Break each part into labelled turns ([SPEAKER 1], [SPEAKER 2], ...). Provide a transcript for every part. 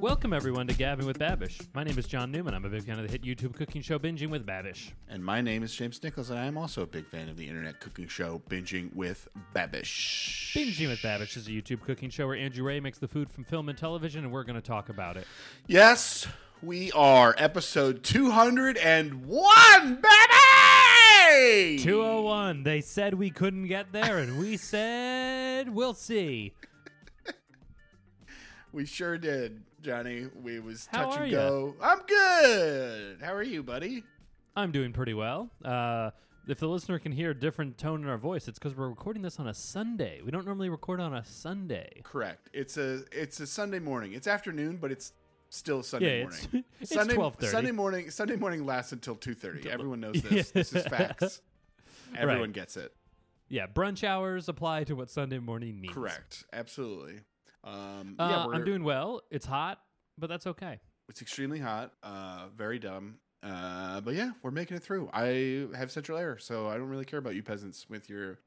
[SPEAKER 1] Welcome everyone to Gabbing with Babish. My name is John Newman. I'm a big fan of the hit YouTube cooking show Binging with Babish.
[SPEAKER 2] And my name is James Nichols, and I am also a big fan of the internet cooking show Binging with Babish.
[SPEAKER 1] Binging with Babish is a YouTube cooking show where Andrew Ray makes the food from film and television, and we're going to talk about it.
[SPEAKER 2] Yes, we are episode 201,
[SPEAKER 1] 201.
[SPEAKER 2] baby!
[SPEAKER 1] They said we couldn't get there, and we said we'll see.
[SPEAKER 2] We sure did, Johnny. We was
[SPEAKER 1] How
[SPEAKER 2] touch
[SPEAKER 1] are
[SPEAKER 2] and
[SPEAKER 1] ya?
[SPEAKER 2] go. I'm good. How are you, buddy?
[SPEAKER 1] I'm doing pretty well. Uh, if the listener can hear a different tone in our voice, it's because we're recording this on a Sunday. We don't normally record on a Sunday.
[SPEAKER 2] Correct. It's a it's a Sunday morning. It's afternoon, but it's still Sunday
[SPEAKER 1] Yeah, it's,
[SPEAKER 2] morning.
[SPEAKER 1] it's
[SPEAKER 2] Sunday,
[SPEAKER 1] 12:30.
[SPEAKER 2] Sunday morning. Sunday morning lasts until two thirty. Everyone knows this.
[SPEAKER 1] Yeah.
[SPEAKER 2] This is facts. Everyone gets it.
[SPEAKER 1] Yeah, brunch hours apply to what Sunday morning means.
[SPEAKER 2] Correct. Absolutely. Um,
[SPEAKER 1] Uh,
[SPEAKER 2] yeah, we're,
[SPEAKER 1] I'm doing well. It's hot, but that's okay.
[SPEAKER 2] it's extremely hot. Uh, very dumb. Uh, but yeah, we're making it through. I have central air, so I don't really care about you peasants with your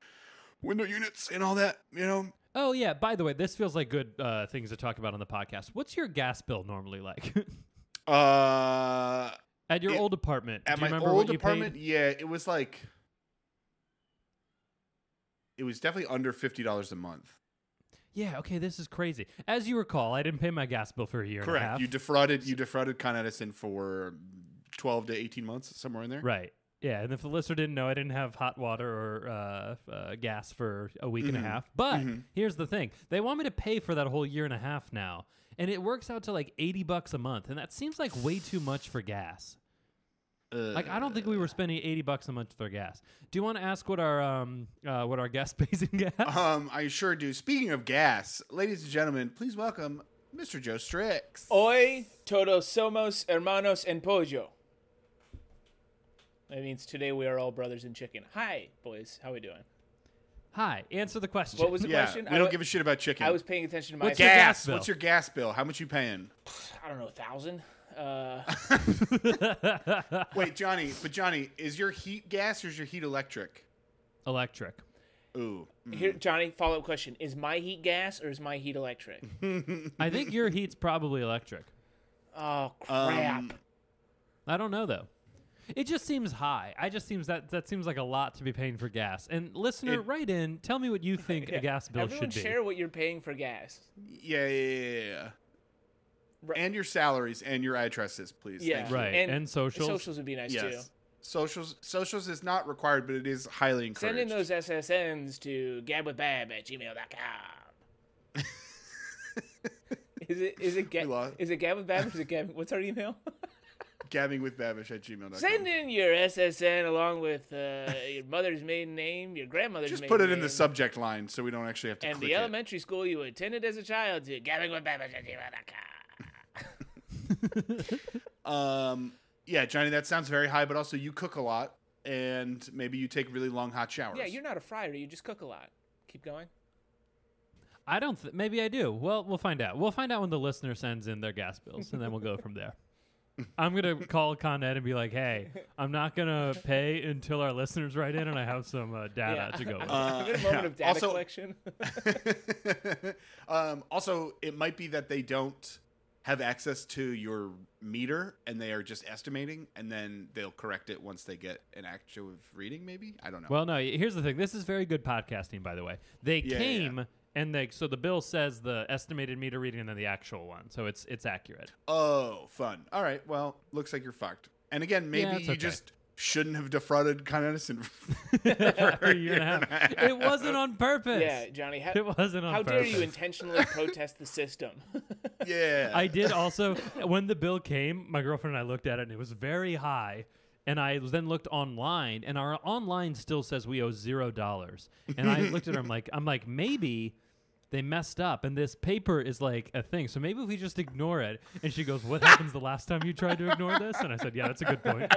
[SPEAKER 2] window units and all that. You know,
[SPEAKER 1] Oh yeah. By the way, this feels like good uh, things to talk about on the podcast. What's your gas bill normally like
[SPEAKER 2] uh,
[SPEAKER 1] at your
[SPEAKER 2] It-
[SPEAKER 1] old apartment?
[SPEAKER 2] at
[SPEAKER 1] do you
[SPEAKER 2] my
[SPEAKER 1] remember what
[SPEAKER 2] old
[SPEAKER 1] you
[SPEAKER 2] apartment,
[SPEAKER 1] paid?
[SPEAKER 2] yeah, it was like it was definitely under fifty dollars a month.
[SPEAKER 1] Yeah. Okay. This is crazy. As you recall, I didn't pay my gas bill for a year and a half.
[SPEAKER 2] Correct. You defrauded. You defrauded Con Edison for twelve to eighteen months, somewhere in there.
[SPEAKER 1] Right. Yeah, and if the listener didn't know, I didn't have hot water or uh, uh, gas for a week
[SPEAKER 3] Mm-hmm.
[SPEAKER 1] and a half. But here's the thing: they want me to pay for that whole year and a half now, and it works out to like eighty bucks a month, and that seems like way too much for gas. Like I don't think
[SPEAKER 3] Uh,
[SPEAKER 1] we were spending eighty bucks a month for gas. Do you want to ask what our um uh, what our gas pays in gas?
[SPEAKER 3] Uh-huh.
[SPEAKER 2] Um, I sure do. Speaking of gas, ladies and gentlemen, please welcome Mr. Joe Strix.
[SPEAKER 3] Oh, Hoy todos somos hermanos en pollo. That means today we are all brothers in chicken. Hi, boys. How we doing?
[SPEAKER 1] Hi, answer the question.
[SPEAKER 3] What was the
[SPEAKER 2] yeah,
[SPEAKER 3] question?
[SPEAKER 2] we
[SPEAKER 3] I
[SPEAKER 2] don't
[SPEAKER 3] wa-
[SPEAKER 2] give a shit about chicken.
[SPEAKER 3] I was paying attention to my
[SPEAKER 1] What's
[SPEAKER 2] gas.
[SPEAKER 1] your gas bill?
[SPEAKER 2] What's your gas bill? How much you paying?
[SPEAKER 3] I don't know, thousand. Uh,
[SPEAKER 2] Wait, Johnny. But Johnny, is your heat gas or is your heat electric?
[SPEAKER 1] electric?
[SPEAKER 2] Ooh, mm,
[SPEAKER 3] here, Johnny. Follow up question: Is my heat gas or is my heat electric?
[SPEAKER 1] I think your heat's probably electric.
[SPEAKER 3] Oh crap!
[SPEAKER 2] Um,
[SPEAKER 1] I don't know though. It just seems high. I just seems that that seems like a lot to be paying for gas. And listener,
[SPEAKER 2] It-
[SPEAKER 1] write in. Tell me what you think a gas bill
[SPEAKER 3] Everyone
[SPEAKER 1] should be.
[SPEAKER 3] share what you're paying for gas.
[SPEAKER 2] yeah, yeah, yeah, yeah, yeah.
[SPEAKER 3] Right.
[SPEAKER 2] And your salaries and your addresses, please.
[SPEAKER 3] Yeah,
[SPEAKER 2] Thank you.
[SPEAKER 1] Right, and socials.
[SPEAKER 3] Socials would be nice too.
[SPEAKER 2] Yes. Socials socials is not required, but it is highly encouraged.
[SPEAKER 3] Send in those SSNs to gabwithbab at gmail.com. is it is it
[SPEAKER 2] We
[SPEAKER 3] ga-
[SPEAKER 2] lost-
[SPEAKER 3] is it gab with Bab or is it gab what's our email?
[SPEAKER 2] gabbing with Babish at gmail.com.
[SPEAKER 3] Send in your SSN along with uh, your mother's maiden name, your grandmother's
[SPEAKER 2] Just
[SPEAKER 3] maiden
[SPEAKER 2] put it in
[SPEAKER 3] name,
[SPEAKER 2] the subject line so we don't actually have to
[SPEAKER 3] and
[SPEAKER 2] click
[SPEAKER 3] the
[SPEAKER 2] it.
[SPEAKER 3] elementary school you attended as a child to gabwithbab at gmail.com.
[SPEAKER 2] Um, yeah, Johnny, that sounds very high, but also you cook a lot, and maybe you take really long hot showers.
[SPEAKER 3] Yeah, you're not a fryer. You just cook a lot. Keep going.
[SPEAKER 1] I don't. Th- maybe I do. Well, we'll find out. We'll find out when the listener sends in their gas bills, and then we'll go from there. I'm gonna call Con Ed and be like, "Hey, I'm not gonna pay until our listeners write in, and I have some uh, data to go with."
[SPEAKER 3] I'm in a moment of data
[SPEAKER 2] Uh, also-
[SPEAKER 3] collection.
[SPEAKER 2] um, also, it might be that they don't have access to your meter, and they are just estimating, and then they'll correct it once they get an actual reading. Maybe I don't know.
[SPEAKER 1] Well, no. y- Here's the thing. This is very good podcasting, by the way. They
[SPEAKER 2] Yeah, yeah, yeah.
[SPEAKER 1] came and they so the bill says the estimated meter reading and then the actual one, so it's it's accurate.
[SPEAKER 2] oh, fun. All right. Well, looks like you're fucked. And again, maybe
[SPEAKER 1] it's
[SPEAKER 2] you
[SPEAKER 1] okay.
[SPEAKER 2] just shouldn't have defrauded Con Edison.
[SPEAKER 1] for a year and a half. It wasn't on purpose.
[SPEAKER 3] yeah, Johnny. How,
[SPEAKER 1] It wasn't on
[SPEAKER 3] how dare
[SPEAKER 1] purpose.
[SPEAKER 3] you intentionally protest the system?
[SPEAKER 2] yeah.
[SPEAKER 1] I did also when the bill came, my girlfriend and I looked at it and it was very high. And I then looked online, and our online still says we owe zero dollars. And I looked at her, I'm like, I'm like, maybe they messed up, and this paper is like a thing. So maybe if we just ignore it. And she goes, "What happens the last time you tried to ignore this?" And I said, "Yeah, that's a good point."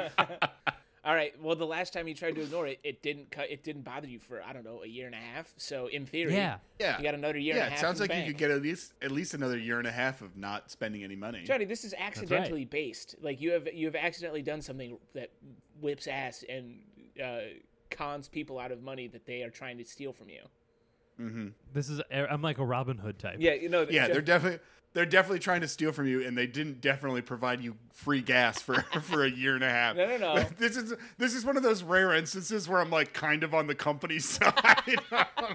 [SPEAKER 3] All right. Well, the last time you tried to ignore it, it didn't cut. It didn't bother you for I don't know a year and a half. So in theory,
[SPEAKER 1] Yeah.
[SPEAKER 2] Yeah.
[SPEAKER 3] you got another year.
[SPEAKER 2] Yeah,
[SPEAKER 3] and a half
[SPEAKER 2] it sounds
[SPEAKER 3] in
[SPEAKER 2] like
[SPEAKER 3] the
[SPEAKER 2] you
[SPEAKER 3] bank.
[SPEAKER 2] could get at least at least another year and a half of not spending any money.
[SPEAKER 3] Johnny, this is accidentally based. Like you have you have accidentally done something that whips ass and uh, cons people out of money that they are trying to steal from you.
[SPEAKER 1] This is I'm like a Robin Hood type.
[SPEAKER 3] Yeah, you know.
[SPEAKER 2] Yeah,
[SPEAKER 3] Jeff-
[SPEAKER 2] they're definitely they're definitely trying to steal from you, and they didn't definitely provide you free gas for for a year and a half.
[SPEAKER 3] No, no, no.
[SPEAKER 2] This is this is one of those rare instances where I'm like kind of on the company side.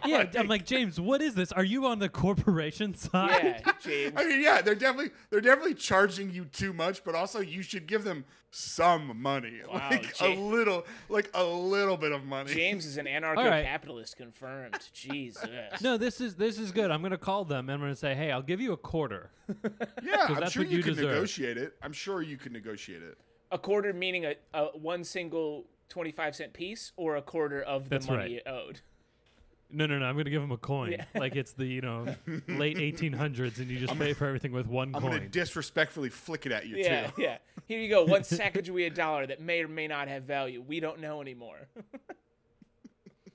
[SPEAKER 1] Yeah, I'm like James. What is this? Are you on the corporation side?
[SPEAKER 3] yeah, James.
[SPEAKER 2] I mean, yeah, they're definitely they're definitely charging you too much, but also you should give them some money,
[SPEAKER 3] Wow,
[SPEAKER 2] like
[SPEAKER 3] Jay-
[SPEAKER 2] a little, like a little bit of money.
[SPEAKER 3] James is an
[SPEAKER 1] All right.
[SPEAKER 3] anarcho-capitalist confirmed. Jesus.
[SPEAKER 1] No, this is this is good. I'm gonna call them and I'm gonna say, hey, I'll give you a quarter.
[SPEAKER 2] yeah, I'm
[SPEAKER 1] that's
[SPEAKER 2] sure
[SPEAKER 1] what
[SPEAKER 2] you
[SPEAKER 1] you
[SPEAKER 2] can
[SPEAKER 1] deserve.
[SPEAKER 2] negotiate it. I'm sure you can negotiate it.
[SPEAKER 3] A quarter meaning a, a one single twenty-five cent piece, or a quarter of the
[SPEAKER 1] That's
[SPEAKER 3] money
[SPEAKER 1] right.
[SPEAKER 3] you owed.
[SPEAKER 1] No, no, no. I'm gonna give them a coin. Like it's the you know late 1800s, and you just pay for everything with one
[SPEAKER 2] I'm
[SPEAKER 1] coin.
[SPEAKER 2] gonna disrespectfully flick it at you
[SPEAKER 3] Yeah,
[SPEAKER 2] too.
[SPEAKER 3] yeah. Here you go. One sacagawea dollar that may or may not have value. We don't know anymore.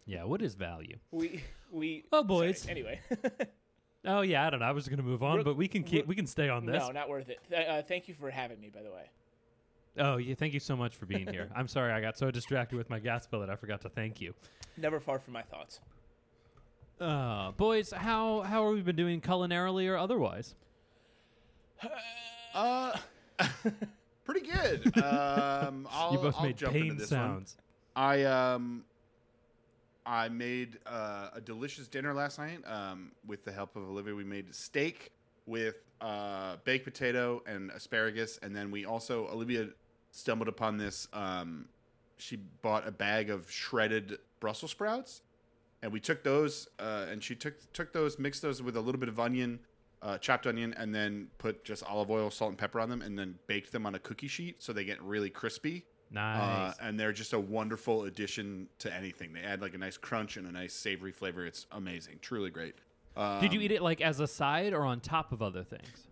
[SPEAKER 1] yeah. What is value?
[SPEAKER 3] We we.
[SPEAKER 1] Oh, boys.
[SPEAKER 3] Sorry. Anyway,
[SPEAKER 1] Oh yeah, I don't know. I was gonna move on,
[SPEAKER 3] Rook-
[SPEAKER 1] but we can keep
[SPEAKER 3] rook-
[SPEAKER 1] we can stay on this.
[SPEAKER 3] no, not worth it. Th- uh, thank you for having me, by the way.
[SPEAKER 1] Oh yeah, thank you so much for being here. I'm sorry I got so distracted with my gas bill that I forgot to thank you.
[SPEAKER 3] Never far from my thoughts.
[SPEAKER 1] Uh, boys, how how are we been doing culinarily or otherwise?
[SPEAKER 2] Uh, pretty good. Um, I'll,
[SPEAKER 1] you both
[SPEAKER 2] I'll
[SPEAKER 1] made
[SPEAKER 2] jump into
[SPEAKER 1] pain
[SPEAKER 2] this
[SPEAKER 1] sounds.
[SPEAKER 2] One. I um, I made uh, a delicious dinner last night. Um, with the help of Olivia, we made steak with uh, baked potato and asparagus, and then we also Olivia stumbled upon this. Um, she bought a bag of shredded Brussels sprouts, and we took those uh, and she took took those mixed those with a little bit of onion uh, chopped onion and then put just olive oil salt and pepper on them and then baked them on a cookie sheet so they get really crispy
[SPEAKER 1] Nice.
[SPEAKER 2] uh, and they're just a wonderful addition to anything they add like a nice crunch and a nice savory flavor it's amazing truly great um,
[SPEAKER 1] Did you eat it like as a side or on top of other things?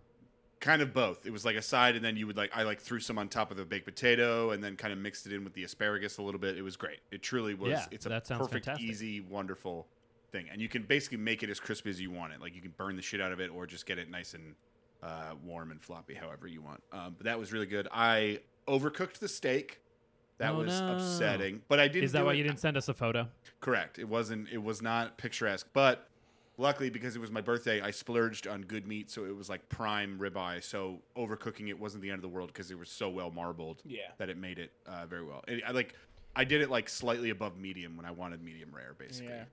[SPEAKER 2] kind of both it was like a side and then you would like i like threw some on top of the baked potato and then kind of mixed it in with the asparagus a little bit it was great it truly was
[SPEAKER 1] Yeah,
[SPEAKER 2] it's a
[SPEAKER 1] that sounds
[SPEAKER 2] perfect
[SPEAKER 1] fantastic.
[SPEAKER 2] easy wonderful thing and you can basically make it as crispy as you want it like you can burn the shit out of it or just get it nice and uh, warm and floppy however you want um, but that was really good i overcooked the steak that
[SPEAKER 1] Oh,
[SPEAKER 2] was
[SPEAKER 1] no.
[SPEAKER 2] upsetting but i didn't
[SPEAKER 1] Is that
[SPEAKER 2] do
[SPEAKER 1] why
[SPEAKER 2] it-
[SPEAKER 1] you didn't send us a photo?
[SPEAKER 2] Correct. It wasn't. It was not picturesque, but luckily because it was my birthday, I splurged on good meat, so it was like prime ribeye. So overcooking it wasn't the end of the world because it was so well marbled
[SPEAKER 3] Yeah.
[SPEAKER 2] that it made it uh, very well. It, I like. I did it like slightly above medium when I wanted medium rare, basically.
[SPEAKER 3] Yeah.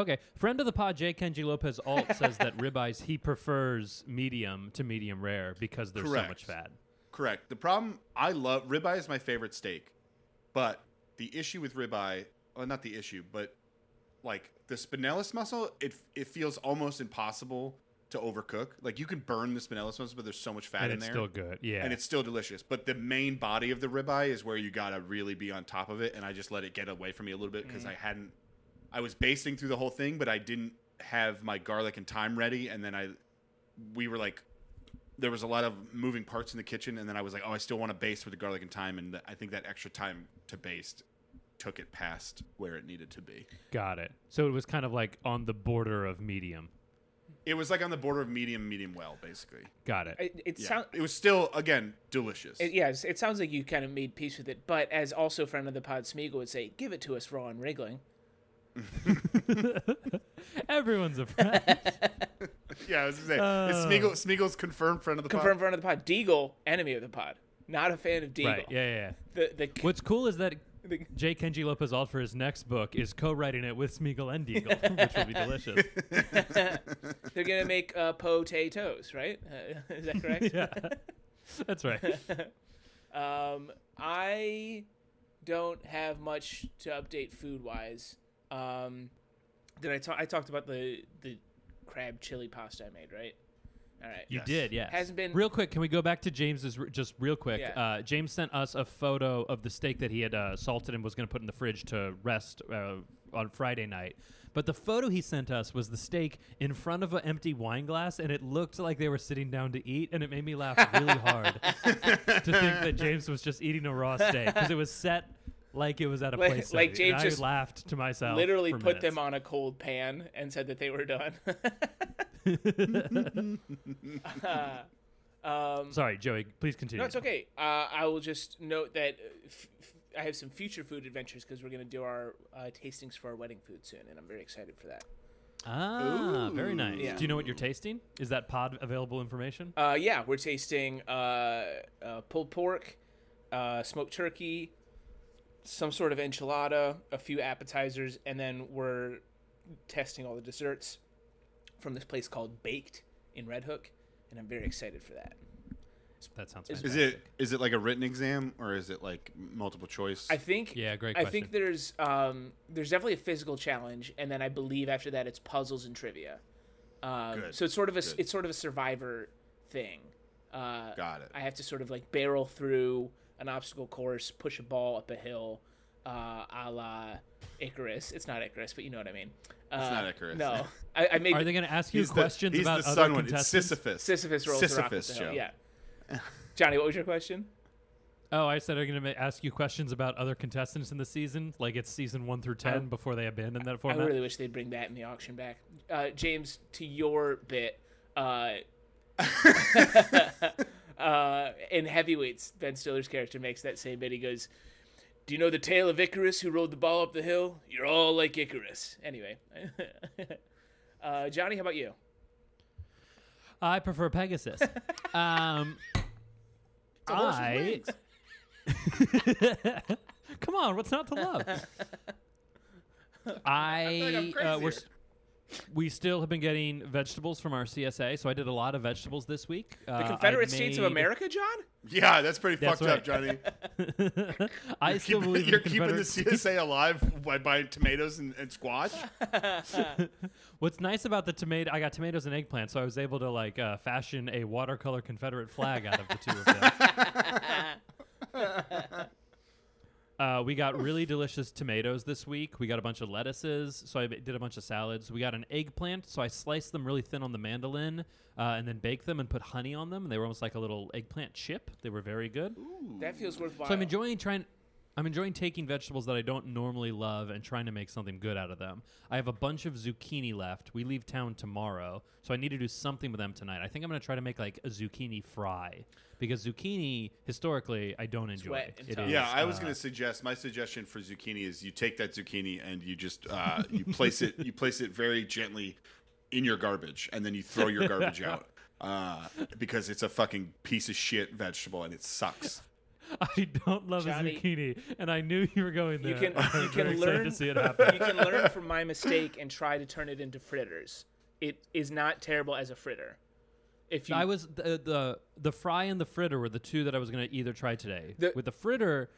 [SPEAKER 1] Okay. Friend of the pod, J. Kenji Lopez Alt says that ribeyes he prefers medium to medium rare because there's so much
[SPEAKER 2] Correct.
[SPEAKER 1] fat.
[SPEAKER 2] Correct. The problem I love ribeye is my favorite steak, but the issue with ribeye, well, not the issue, but like the spinalis muscle, it it feels almost impossible to overcook. Like you can burn the spinalis muscle, but there's so much fat
[SPEAKER 1] And
[SPEAKER 2] in
[SPEAKER 1] it's
[SPEAKER 2] there,
[SPEAKER 1] still good. Yeah.
[SPEAKER 2] and it's still delicious. But the main body of the ribeye is where you gotta really be on top of it, and I just let it get away from me a little bit
[SPEAKER 3] Mm.
[SPEAKER 2] because I hadn't. I was basting through the whole thing, but I didn't have my garlic and thyme ready, and then I we were like there was a lot of moving parts in the kitchen and then i was like oh i still want to baste with the garlic and thyme and i think that extra time to baste took it past where it needed to be
[SPEAKER 1] Got it. So it was kind of like on the border of medium.
[SPEAKER 2] it was like on the border of medium medium well basically
[SPEAKER 1] Got it.
[SPEAKER 3] It, it
[SPEAKER 2] yeah.
[SPEAKER 3] sounds.
[SPEAKER 2] it was still again delicious
[SPEAKER 3] It, yes, it sounds like you kind of made peace with it, but as also friend of the pod Smeagol would say, give it to us raw and wriggling.
[SPEAKER 1] Everyone's a friend.
[SPEAKER 2] yeah i was gonna say it's Smeagol, Smeagol's confirmed friend of the
[SPEAKER 3] uh. Confirmed
[SPEAKER 2] pod
[SPEAKER 3] friend of the pod, Deagle, enemy of the pod. Not a fan of Deagle.
[SPEAKER 1] right. Yeah, yeah, yeah.
[SPEAKER 3] The the
[SPEAKER 1] What's cool is that
[SPEAKER 3] The-
[SPEAKER 1] J. Kenji Lopez Alt for his next book is co-writing it with Smeagol and Deagle, which will be delicious.
[SPEAKER 3] they're gonna make uh, potatoes, right? Uh, is that correct?
[SPEAKER 1] yeah, that's right.
[SPEAKER 3] Um, I don't have much to update food wise. Um, did I talk? I talked about the the crab chili pasta I made, right? All right.
[SPEAKER 1] You
[SPEAKER 2] Yes.
[SPEAKER 1] did, yes.
[SPEAKER 3] Hasn't been-
[SPEAKER 1] real quick. Can we go back to James's r- just real quick?
[SPEAKER 3] Yeah.
[SPEAKER 1] Uh, James sent us a photo of the steak that he had uh, salted and was going to put in the fridge to rest uh, on Friday night. But the photo he sent us was the steak in front of an empty wine glass, and it looked like they were sitting down to eat, and it made me laugh really hard to think that James was just eating a raw steak because it was set like it was at a
[SPEAKER 3] Like-
[SPEAKER 1] place.
[SPEAKER 3] like
[SPEAKER 1] setting, and
[SPEAKER 3] James
[SPEAKER 1] I
[SPEAKER 3] just
[SPEAKER 1] laughed to myself.
[SPEAKER 3] Literally
[SPEAKER 1] for
[SPEAKER 3] put
[SPEAKER 1] minutes.
[SPEAKER 3] them on a cold pan and said that they were done.
[SPEAKER 1] Sorry, Joey. Please continue.
[SPEAKER 3] Um, No, it's okay. Uh, I will just note that uh, f- f- I have some future food adventures because we're going to do our uh, tastings for our wedding food soon, and I'm very excited for that.
[SPEAKER 1] Ah,
[SPEAKER 2] Ooh,
[SPEAKER 3] Yeah.
[SPEAKER 1] Do you know what you're tasting? Is that pod available information?
[SPEAKER 3] Uh, yeah, we're tasting uh, uh, pulled pork, uh, smoked turkey, some sort of enchilada, a few appetizers, and then we're testing all the desserts from this place called Baked in Red Hook, and I'm very excited for that.
[SPEAKER 1] That sounds.
[SPEAKER 3] Is-
[SPEAKER 2] Is
[SPEAKER 1] fantastic.
[SPEAKER 2] it is it like a written exam or is it like multiple choice?
[SPEAKER 3] I think
[SPEAKER 1] Yeah, great
[SPEAKER 3] I
[SPEAKER 1] question.
[SPEAKER 3] think there's um, there's definitely a physical challenge, and then I believe after that it's puzzles and trivia. Um,
[SPEAKER 2] Good,
[SPEAKER 3] so it's sort of a
[SPEAKER 2] good.
[SPEAKER 3] it's sort of a survivor thing. Uh,
[SPEAKER 2] Got it.
[SPEAKER 3] I have to sort of like barrel through an obstacle course, push a ball up a hill, uh, a la Icarus. It's not Icarus, but you know what I mean. Uh,
[SPEAKER 2] not Icarus.
[SPEAKER 3] No, I, I made
[SPEAKER 1] Are they going to ask you
[SPEAKER 2] the-
[SPEAKER 1] questions
[SPEAKER 2] he's
[SPEAKER 1] about
[SPEAKER 2] the
[SPEAKER 1] other
[SPEAKER 2] sun one. It's
[SPEAKER 1] contestants?
[SPEAKER 2] Sisyphus.
[SPEAKER 3] Sisyphus rolls the rock up
[SPEAKER 2] Sisyphus,
[SPEAKER 3] the hill.
[SPEAKER 2] Joe.
[SPEAKER 3] Yeah. Johnny, what was your question?
[SPEAKER 1] Oh, I said I'm going to ask you questions about other contestants in the season, like it's season one through ten, before they abandon that
[SPEAKER 3] I
[SPEAKER 1] format.
[SPEAKER 3] really wish they'd bring that in the auction back. Uh, James, to your bit, uh, uh, in Heavyweights, Ben Stiller's character makes that same bit. He goes, Do you know the tale of Icarus who rode the ball up the hill? You're all like Icarus. Anyway, uh, Johnny, how about you?
[SPEAKER 1] I prefer Pegasus. um,
[SPEAKER 2] horse's
[SPEAKER 1] I.
[SPEAKER 2] wings.
[SPEAKER 1] Come on, what's not to love? I,
[SPEAKER 2] like I'm
[SPEAKER 1] uh, we're,
[SPEAKER 2] crazier.
[SPEAKER 1] s- we still have been getting vegetables from our CSA, so I did a lot of vegetables this week. Uh,
[SPEAKER 3] The Confederate States of America, John?
[SPEAKER 2] Yeah, that's pretty
[SPEAKER 1] That's
[SPEAKER 2] fucked up, Johnny.
[SPEAKER 1] America. I still
[SPEAKER 2] Keep-
[SPEAKER 1] believe in
[SPEAKER 2] you're keeping the
[SPEAKER 1] Confederate-
[SPEAKER 2] CSA alive by buying tomatoes and, and squash.
[SPEAKER 1] What's nice about the tomato, I got tomatoes and eggplant, so I was able to like uh, fashion a watercolor Confederate flag out of the two of them. uh, we got really delicious tomatoes this week. We got a bunch of lettuces, so I b- did a bunch of salads. We got an eggplant, so I sliced them really thin on the mandolin, uh, and then baked them and put honey on them. They were almost like a little eggplant chip. They were very good.
[SPEAKER 3] That feels worthwhile.
[SPEAKER 1] So I'm enjoying trying. I'm enjoying taking vegetables that I don't normally love and trying to make something good out of them. I have a bunch of zucchini left. We leave town tomorrow, so I need to do something with them tonight. I think I'm going to try to make like a zucchini fry because zucchini historically I don't enjoy.
[SPEAKER 3] wet and
[SPEAKER 1] It
[SPEAKER 3] tough.
[SPEAKER 1] is,
[SPEAKER 2] Yeah, I was
[SPEAKER 1] uh,
[SPEAKER 2] gonna suggest my suggestion for zucchini is you take that zucchini and you just uh, you place it you place it very gently in your garbage and then you throw your garbage out uh, because it's a fucking piece of shit vegetable and it sucks.
[SPEAKER 1] I don't love
[SPEAKER 3] Johnny.
[SPEAKER 1] a zucchini, and I knew you were going there.
[SPEAKER 3] You can,
[SPEAKER 1] I
[SPEAKER 3] you
[SPEAKER 1] was very
[SPEAKER 3] can
[SPEAKER 1] excited
[SPEAKER 3] learn
[SPEAKER 1] to see it happen.
[SPEAKER 3] You can learn from my mistake and try to turn it into fritters. It is not terrible as a fritter. If you
[SPEAKER 1] I was the, the the fry and the fritter were the two that I was going to either try today.
[SPEAKER 3] The-
[SPEAKER 1] with the fritter,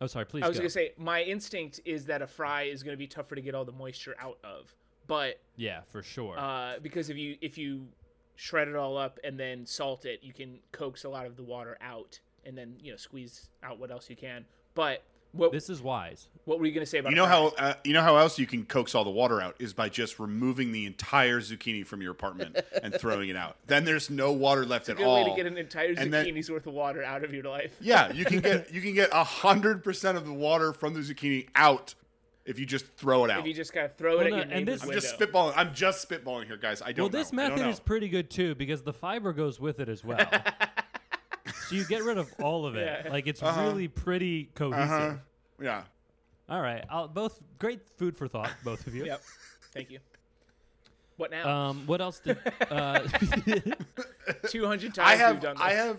[SPEAKER 1] oh sorry, please.
[SPEAKER 3] I was
[SPEAKER 1] go.
[SPEAKER 3] gonna say my instinct is that a fry is gonna be tougher to get all the moisture out of, but
[SPEAKER 1] yeah, for sure.
[SPEAKER 3] uh, because if you if you shred it all up and then salt it, you can coax a lot of the water out and then you know squeeze out what else you can. But what
[SPEAKER 1] this is wise.
[SPEAKER 3] what were you gonna say about
[SPEAKER 2] You
[SPEAKER 3] a
[SPEAKER 2] know
[SPEAKER 3] fry?
[SPEAKER 2] how uh, you know how else you can coax all the water out is by just removing the entire zucchini from your apartment and throwing it out. Then there's no water left at
[SPEAKER 3] good
[SPEAKER 2] all.
[SPEAKER 3] way to get an entire
[SPEAKER 2] and then-
[SPEAKER 3] zucchini's worth of water out of your life.
[SPEAKER 2] Yeah, you can get you can get hundred percent of the water from the zucchini out if you just throw it out.
[SPEAKER 3] If you just gotta throw it
[SPEAKER 1] Well,
[SPEAKER 3] at
[SPEAKER 1] no,
[SPEAKER 3] your
[SPEAKER 1] and
[SPEAKER 3] neighbor's
[SPEAKER 1] this-
[SPEAKER 2] I'm
[SPEAKER 3] window.
[SPEAKER 2] just spitballing. I'm just spitballing here, guys. I don't.
[SPEAKER 1] Well, this
[SPEAKER 2] know. I don't
[SPEAKER 1] method
[SPEAKER 2] know.
[SPEAKER 1] is pretty good too because the fiber goes with it as well. so you get rid of all of it.
[SPEAKER 3] Yeah.
[SPEAKER 1] Like it's
[SPEAKER 2] Uh-huh.
[SPEAKER 1] really pretty cohesive.
[SPEAKER 2] yeah.
[SPEAKER 1] All right, I'll, both great food for thought, both of you.
[SPEAKER 3] Yep. Thank you. What now?
[SPEAKER 1] Um, what else did? Uh,
[SPEAKER 3] Two hundred times
[SPEAKER 2] I
[SPEAKER 3] we've
[SPEAKER 2] have.
[SPEAKER 3] done this.
[SPEAKER 2] I have.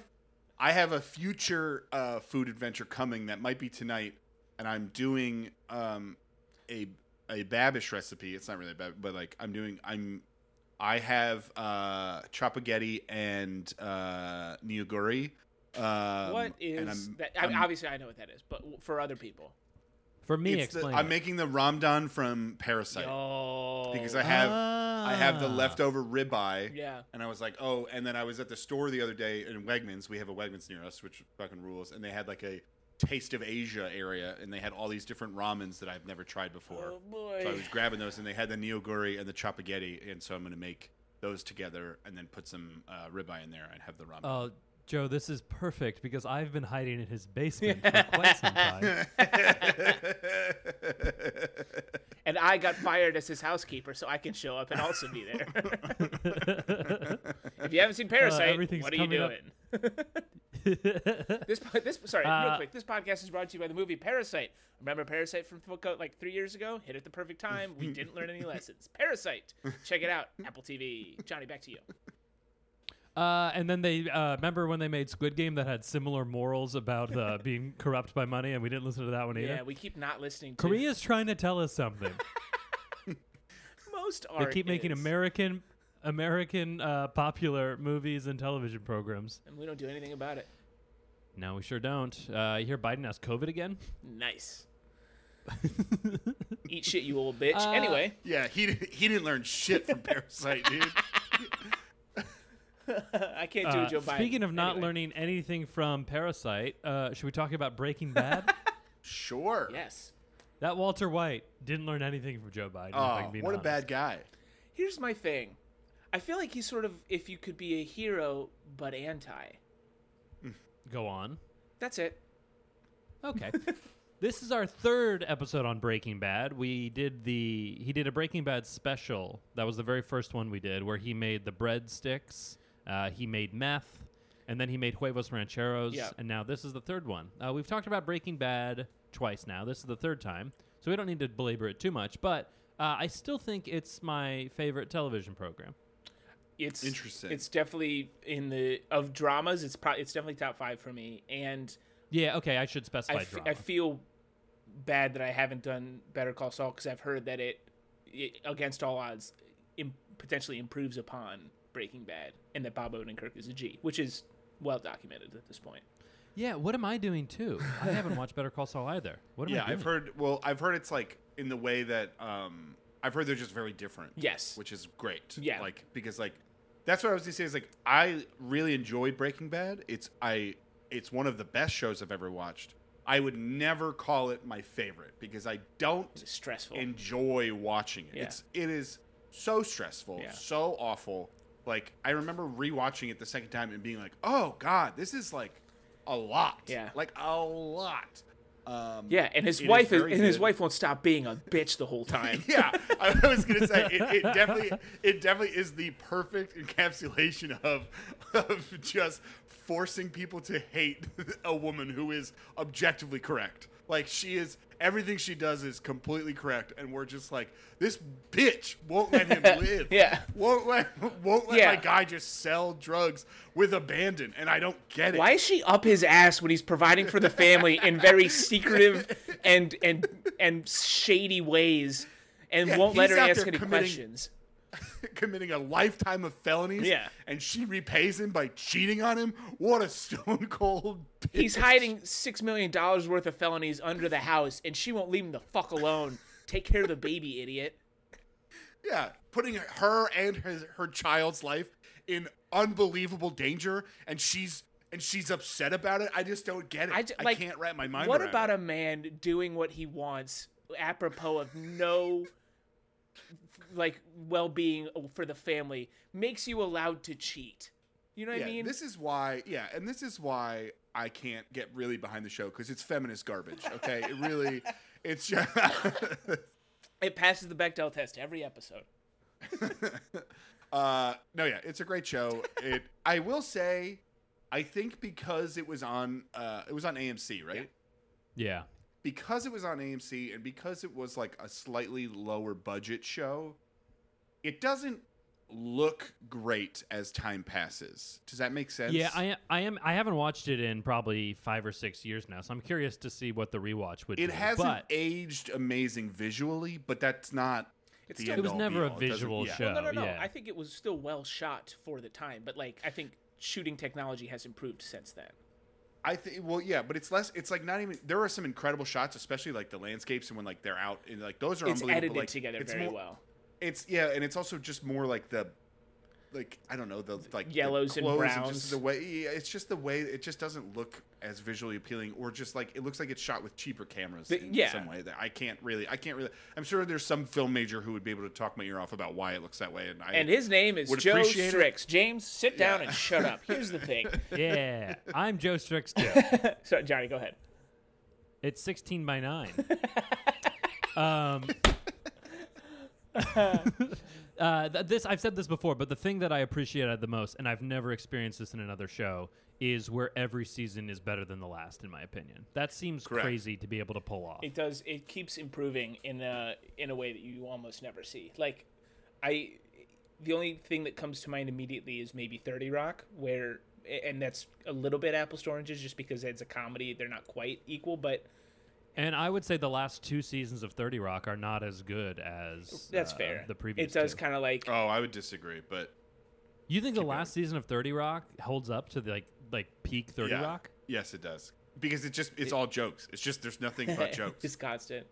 [SPEAKER 2] I have a future uh, food adventure coming that might be tonight, and I'm doing um, a a babish recipe. It's not really bad, but like I'm doing. I'm. I have uh, chopaghetti and uh, nigori. Um,
[SPEAKER 3] What is
[SPEAKER 2] and I'm,
[SPEAKER 3] that? I
[SPEAKER 2] I'm-
[SPEAKER 3] mean, obviously, I know what that is, but w- for other people,
[SPEAKER 1] for me,
[SPEAKER 2] it's the-
[SPEAKER 1] explain.
[SPEAKER 2] I'm
[SPEAKER 1] it.
[SPEAKER 2] making the ramdan from Parasite
[SPEAKER 3] oh,
[SPEAKER 2] because I have I have the
[SPEAKER 1] Ah.
[SPEAKER 2] leftover ribeye.
[SPEAKER 3] yeah,
[SPEAKER 2] And I was like, oh, and then I was at the store the other day in Wegmans. We have a Wegmans near us, which fucking rules. And they had like a Taste of Asia area, and they had all these different ramens that I've never tried before.
[SPEAKER 3] oh boy,
[SPEAKER 2] so I was grabbing those, and they had the neoguri and the chapaghetti, and so I'm gonna make those together, and then put some uh, ribeye in there, and have the ramen.
[SPEAKER 1] Oh, Joe, this is perfect because I've been hiding in his basement for quite some time.
[SPEAKER 3] and I got fired as his housekeeper, so I can show up and also be there. if you haven't seen Parasite,
[SPEAKER 1] Uh, everything's
[SPEAKER 3] what are you
[SPEAKER 1] coming
[SPEAKER 3] doing?
[SPEAKER 1] up.
[SPEAKER 3] This po- this sorry, real
[SPEAKER 1] Uh,
[SPEAKER 3] quick. This podcast is brought to you by the movie Parasite. Remember Parasite from Foucault like three years ago? Hit at the perfect time. We didn't learn any lessons. Parasite. Check it out. Apple TV. Johnny, back to you.
[SPEAKER 1] Uh, and then they uh, remember when they made Squid Game that had similar morals about uh, being corrupt by money, and we didn't listen to that one either.
[SPEAKER 3] Yeah, we keep not listening to
[SPEAKER 1] Korea's trying to tell us something.
[SPEAKER 3] most
[SPEAKER 1] they
[SPEAKER 3] art.
[SPEAKER 1] keep making
[SPEAKER 3] is.
[SPEAKER 1] American American uh, popular movies and television programs.
[SPEAKER 3] and we don't do anything about it.
[SPEAKER 1] No, we sure don't. Uh, you hear Biden has COVID again?
[SPEAKER 3] Nice. Eat shit, you old bitch.
[SPEAKER 1] Uh,
[SPEAKER 3] anyway,
[SPEAKER 2] Yeah, he di- he didn't learn shit from Parasite, dude.
[SPEAKER 3] I can't do
[SPEAKER 1] Uh,
[SPEAKER 3] a Joe Biden.
[SPEAKER 1] speaking of not
[SPEAKER 3] Anyway.
[SPEAKER 1] learning anything from Parasite, uh, should we talk about Breaking Bad?
[SPEAKER 2] Sure.
[SPEAKER 3] Yes.
[SPEAKER 1] that Walter White didn't learn anything from Joe Biden. if I
[SPEAKER 2] Oh,
[SPEAKER 1] can be
[SPEAKER 2] what a
[SPEAKER 1] honest.
[SPEAKER 2] bad guy.
[SPEAKER 3] Here's my thing. I feel like he's sort of if you could be a hero but anti.
[SPEAKER 1] Go on.
[SPEAKER 3] That's it.
[SPEAKER 1] Okay. this is our third episode on Breaking Bad. We did the he did a Breaking Bad special. That was the very first one we did, where he made the breadsticks, uh, he made meth, and then he made huevos rancheros.
[SPEAKER 3] Yeah.
[SPEAKER 1] And now this is the third one. Uh, we've talked about Breaking Bad twice now. This is the third time, so we don't need to belabor it too much. But uh, I still think it's my favorite television program.
[SPEAKER 3] It's
[SPEAKER 2] Interesting.
[SPEAKER 3] It's definitely in the of dramas. It's probably it's definitely top five for me. And
[SPEAKER 1] Yeah. Okay. I should
[SPEAKER 3] I
[SPEAKER 1] specify
[SPEAKER 3] f-
[SPEAKER 1] drama.
[SPEAKER 3] I feel bad that I haven't done Better Call Saul because I've heard that it, it against all odds im- potentially improves upon Breaking Bad and that Bob Odenkirk is a G, which is well documented at this point.
[SPEAKER 1] yeah. What am I doing too? I haven't watched Better Call Saul either. What am I
[SPEAKER 2] Yeah,
[SPEAKER 1] doing?
[SPEAKER 2] I've heard. Well, I've heard it's like in the way that um, I've heard they're just very different.
[SPEAKER 3] Yes.
[SPEAKER 2] which is great.
[SPEAKER 3] Yeah.
[SPEAKER 2] like because like that's what I was gonna say is like I really enjoyed Breaking Bad. It's I it's one of the best shows I've ever watched. I would never call it my favorite because I don't
[SPEAKER 3] It's stressful.
[SPEAKER 2] enjoy watching it.
[SPEAKER 3] Yeah.
[SPEAKER 2] It's it is so stressful,
[SPEAKER 3] Yeah.
[SPEAKER 2] so awful. Like I remember rewatching it the second time and being like, "Oh God, this is like a lot.
[SPEAKER 3] Yeah.
[SPEAKER 2] like a lot." Um,
[SPEAKER 3] yeah, and his
[SPEAKER 2] it is
[SPEAKER 3] wife is,
[SPEAKER 2] very
[SPEAKER 3] and his
[SPEAKER 2] good.
[SPEAKER 3] wife won't stop being a bitch the whole time.
[SPEAKER 2] yeah, I was gonna say it, it definitely it definitely is the perfect encapsulation of of just forcing people to hate a woman who is objectively correct. Like she is everything she does is completely correct, and we're just like this bitch won't let him live.
[SPEAKER 3] Yeah.
[SPEAKER 2] won't let won't let
[SPEAKER 3] Yeah.
[SPEAKER 2] my guy just sell drugs with abandon, and I don't get it.
[SPEAKER 3] Why is she up his ass when he's providing for the family in very secretive and and and shady ways, and
[SPEAKER 2] Yeah,
[SPEAKER 3] won't let
[SPEAKER 2] he's
[SPEAKER 3] her
[SPEAKER 2] out
[SPEAKER 3] ask
[SPEAKER 2] there
[SPEAKER 3] any
[SPEAKER 2] committing-
[SPEAKER 3] questions?
[SPEAKER 2] committing a lifetime of felonies.
[SPEAKER 3] Yeah.
[SPEAKER 2] And she repays him by cheating on him. What a stone cold bitch.
[SPEAKER 3] He's hiding six million dollars worth of felonies under the house, and she won't leave him the fuck alone. Take care of the baby, idiot.
[SPEAKER 2] Yeah. Putting her and his, her child's life in unbelievable danger and she's and she's upset about it. I just don't get it. I,
[SPEAKER 3] I, ju- like,
[SPEAKER 2] can't wrap my mind
[SPEAKER 3] What
[SPEAKER 2] around
[SPEAKER 3] about
[SPEAKER 2] it.
[SPEAKER 3] a man doing what he wants, apropos of no, like, well-being for the family, makes you allowed to cheat? You know what
[SPEAKER 2] yeah,
[SPEAKER 3] I mean?
[SPEAKER 2] this is why yeah, and this is why I can't get really behind the show cuz it's feminist garbage, okay? It really it's just
[SPEAKER 3] it passes the Bechdel test every episode.
[SPEAKER 2] Uh, no, yeah, it's a great show. It, I will say, I think because it was on, uh, it was on AMC, right?
[SPEAKER 1] yeah.
[SPEAKER 2] Because it was on AMC and because it was like a slightly lower budget show, it doesn't look great as time passes. Does that make sense?
[SPEAKER 1] Yeah, I I am I haven't watched it in probably five or six years now, so I'm curious to see what the rewatch would
[SPEAKER 2] It
[SPEAKER 1] do.
[SPEAKER 2] hasn't
[SPEAKER 1] but
[SPEAKER 2] aged amazing visually, but that's not.
[SPEAKER 3] It's
[SPEAKER 2] the
[SPEAKER 3] still-
[SPEAKER 2] end
[SPEAKER 3] It was
[SPEAKER 2] all
[SPEAKER 1] never
[SPEAKER 2] be
[SPEAKER 1] a
[SPEAKER 2] all. It doesn't-
[SPEAKER 1] visual
[SPEAKER 2] yeah.
[SPEAKER 1] show.
[SPEAKER 3] no, no, no.
[SPEAKER 1] yeah.
[SPEAKER 3] I think it was still well shot for the time, but like, I think shooting technology has improved since then.
[SPEAKER 2] I think well, yeah, but it's less. It's like not even. There are some incredible shots, especially like the landscapes and when like they're out and like those are
[SPEAKER 3] It's
[SPEAKER 2] unbelievable.
[SPEAKER 3] edited
[SPEAKER 2] like,
[SPEAKER 3] together
[SPEAKER 2] it's
[SPEAKER 3] very
[SPEAKER 2] more-
[SPEAKER 3] well.
[SPEAKER 2] It's yeah, and it's also just more like the, like I don't know the like the
[SPEAKER 3] Yellows and
[SPEAKER 2] clothes
[SPEAKER 3] browns.
[SPEAKER 2] just the way yeah, it's just the way it just doesn't look as visually appealing, or just like it looks like it's shot with cheaper cameras
[SPEAKER 3] The-
[SPEAKER 2] in
[SPEAKER 3] yeah.
[SPEAKER 2] some way that I can't really, I can't really. I'm sure there's some film major who would be able to talk my ear off about why it looks that way, and I
[SPEAKER 3] And his name is
[SPEAKER 2] would
[SPEAKER 3] Joe
[SPEAKER 2] appreciate it.
[SPEAKER 3] Strix. James, sit down
[SPEAKER 2] Yeah.
[SPEAKER 3] and shut up. Here's the thing.
[SPEAKER 1] yeah, I'm Joe Strix too.
[SPEAKER 3] So, Johnny, go ahead.
[SPEAKER 1] It's 16 by 9. um, Uh, th- this I've said this before, but the thing that I appreciated the most, and I've never experienced this in another show, is where every season is better than the last, in my opinion. That seems
[SPEAKER 2] Correct.
[SPEAKER 1] crazy to be able to pull off.
[SPEAKER 3] It does. It keeps improving in a in a way that you almost never see. Like, I, the only thing that comes to mind immediately is maybe Thirty Rock, where and that's a little bit apples to oranges, just because it's a comedy. They're not quite equal, but
[SPEAKER 1] and I would say the last two seasons of Thirty Rock are not as good as
[SPEAKER 3] that's
[SPEAKER 1] uh,
[SPEAKER 3] fair.
[SPEAKER 1] The previous
[SPEAKER 3] it does
[SPEAKER 1] two.
[SPEAKER 3] kind of like
[SPEAKER 2] Oh, I would disagree, but
[SPEAKER 1] you think the last season of Thirty Rock holds up to the, like like peak Thirty
[SPEAKER 2] yeah.
[SPEAKER 1] Rock?
[SPEAKER 2] Yes, it does. Because it just it's all jokes. It's just there's nothing but
[SPEAKER 3] it's
[SPEAKER 2] jokes.
[SPEAKER 3] constant.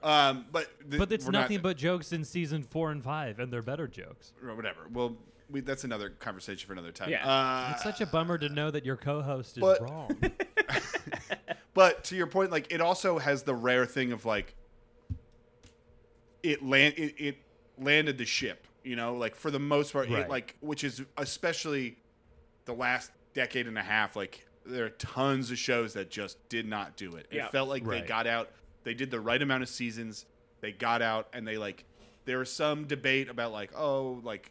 [SPEAKER 2] Um, but th-
[SPEAKER 1] But it's
[SPEAKER 2] we're not-
[SPEAKER 1] nothing but jokes in season four and five, and they're better jokes.
[SPEAKER 2] or whatever. Well, we, that's another conversation for another time.
[SPEAKER 3] Yeah.
[SPEAKER 2] Uh,
[SPEAKER 1] It's such a bummer to know that your co-host is
[SPEAKER 2] but-
[SPEAKER 1] wrong.
[SPEAKER 2] but to your point, like it also has the rare thing of like it land it, it landed the ship. You know, like for the most part,
[SPEAKER 1] Right.
[SPEAKER 2] it, like which is especially the last decade and a half. Like there are tons of shows that just did not do it.
[SPEAKER 3] Yeah.
[SPEAKER 2] It felt like
[SPEAKER 1] Right.
[SPEAKER 2] they got out. They did the right amount of seasons. They got out, and they like there was some debate about like oh like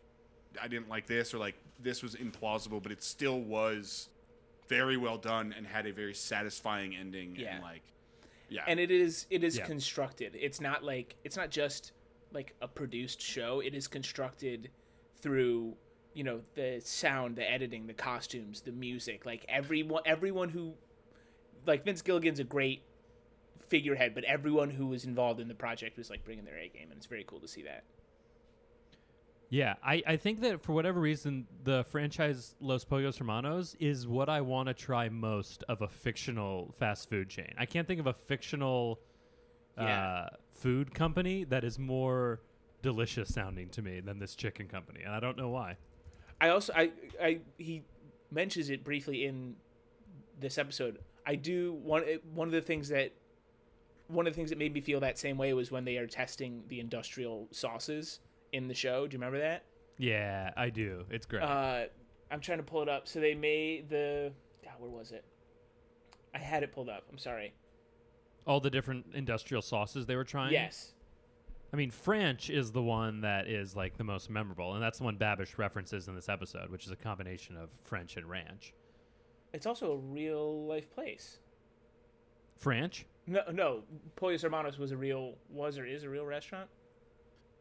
[SPEAKER 2] I didn't like this or like this was implausible, but it still was very well done and had a very satisfying ending
[SPEAKER 3] Yeah.
[SPEAKER 2] and like yeah
[SPEAKER 3] and it is it is
[SPEAKER 1] Yeah.
[SPEAKER 3] constructed it's not like it's not just like a produced show it is constructed through you know the sound the editing the costumes the music like everyone everyone who like vince gilligan's a great figurehead but everyone who was involved in the project was like bringing their a game and it's very cool to see that
[SPEAKER 1] Yeah, I, I think that for whatever reason, the franchise Los Pollos Hermanos is what I want to try most of a fictional fast food chain. I can't think of a fictional
[SPEAKER 3] Yeah.
[SPEAKER 1] uh, food company that is more delicious sounding to me than this chicken company, and I don't know why.
[SPEAKER 3] I also I I he mentions it briefly in this episode. I do one one of the things that one of the things that made me feel that same way was when they are testing the industrial sauces in the show. Do you remember that?
[SPEAKER 1] Yeah, I do. It's great.
[SPEAKER 3] Uh, I'm trying to pull it up. So they made the God, where was it? I had it pulled up. I'm sorry.
[SPEAKER 1] All the different industrial sauces they were trying.
[SPEAKER 3] Yes.
[SPEAKER 1] I mean, French is the one that is like the most memorable, and that's the one Babish references in this episode, which is a combination of French and ranch.
[SPEAKER 3] It's also a real life place.
[SPEAKER 1] French?
[SPEAKER 3] No, no. Pollos Hermanos was a real, was or is a real restaurant.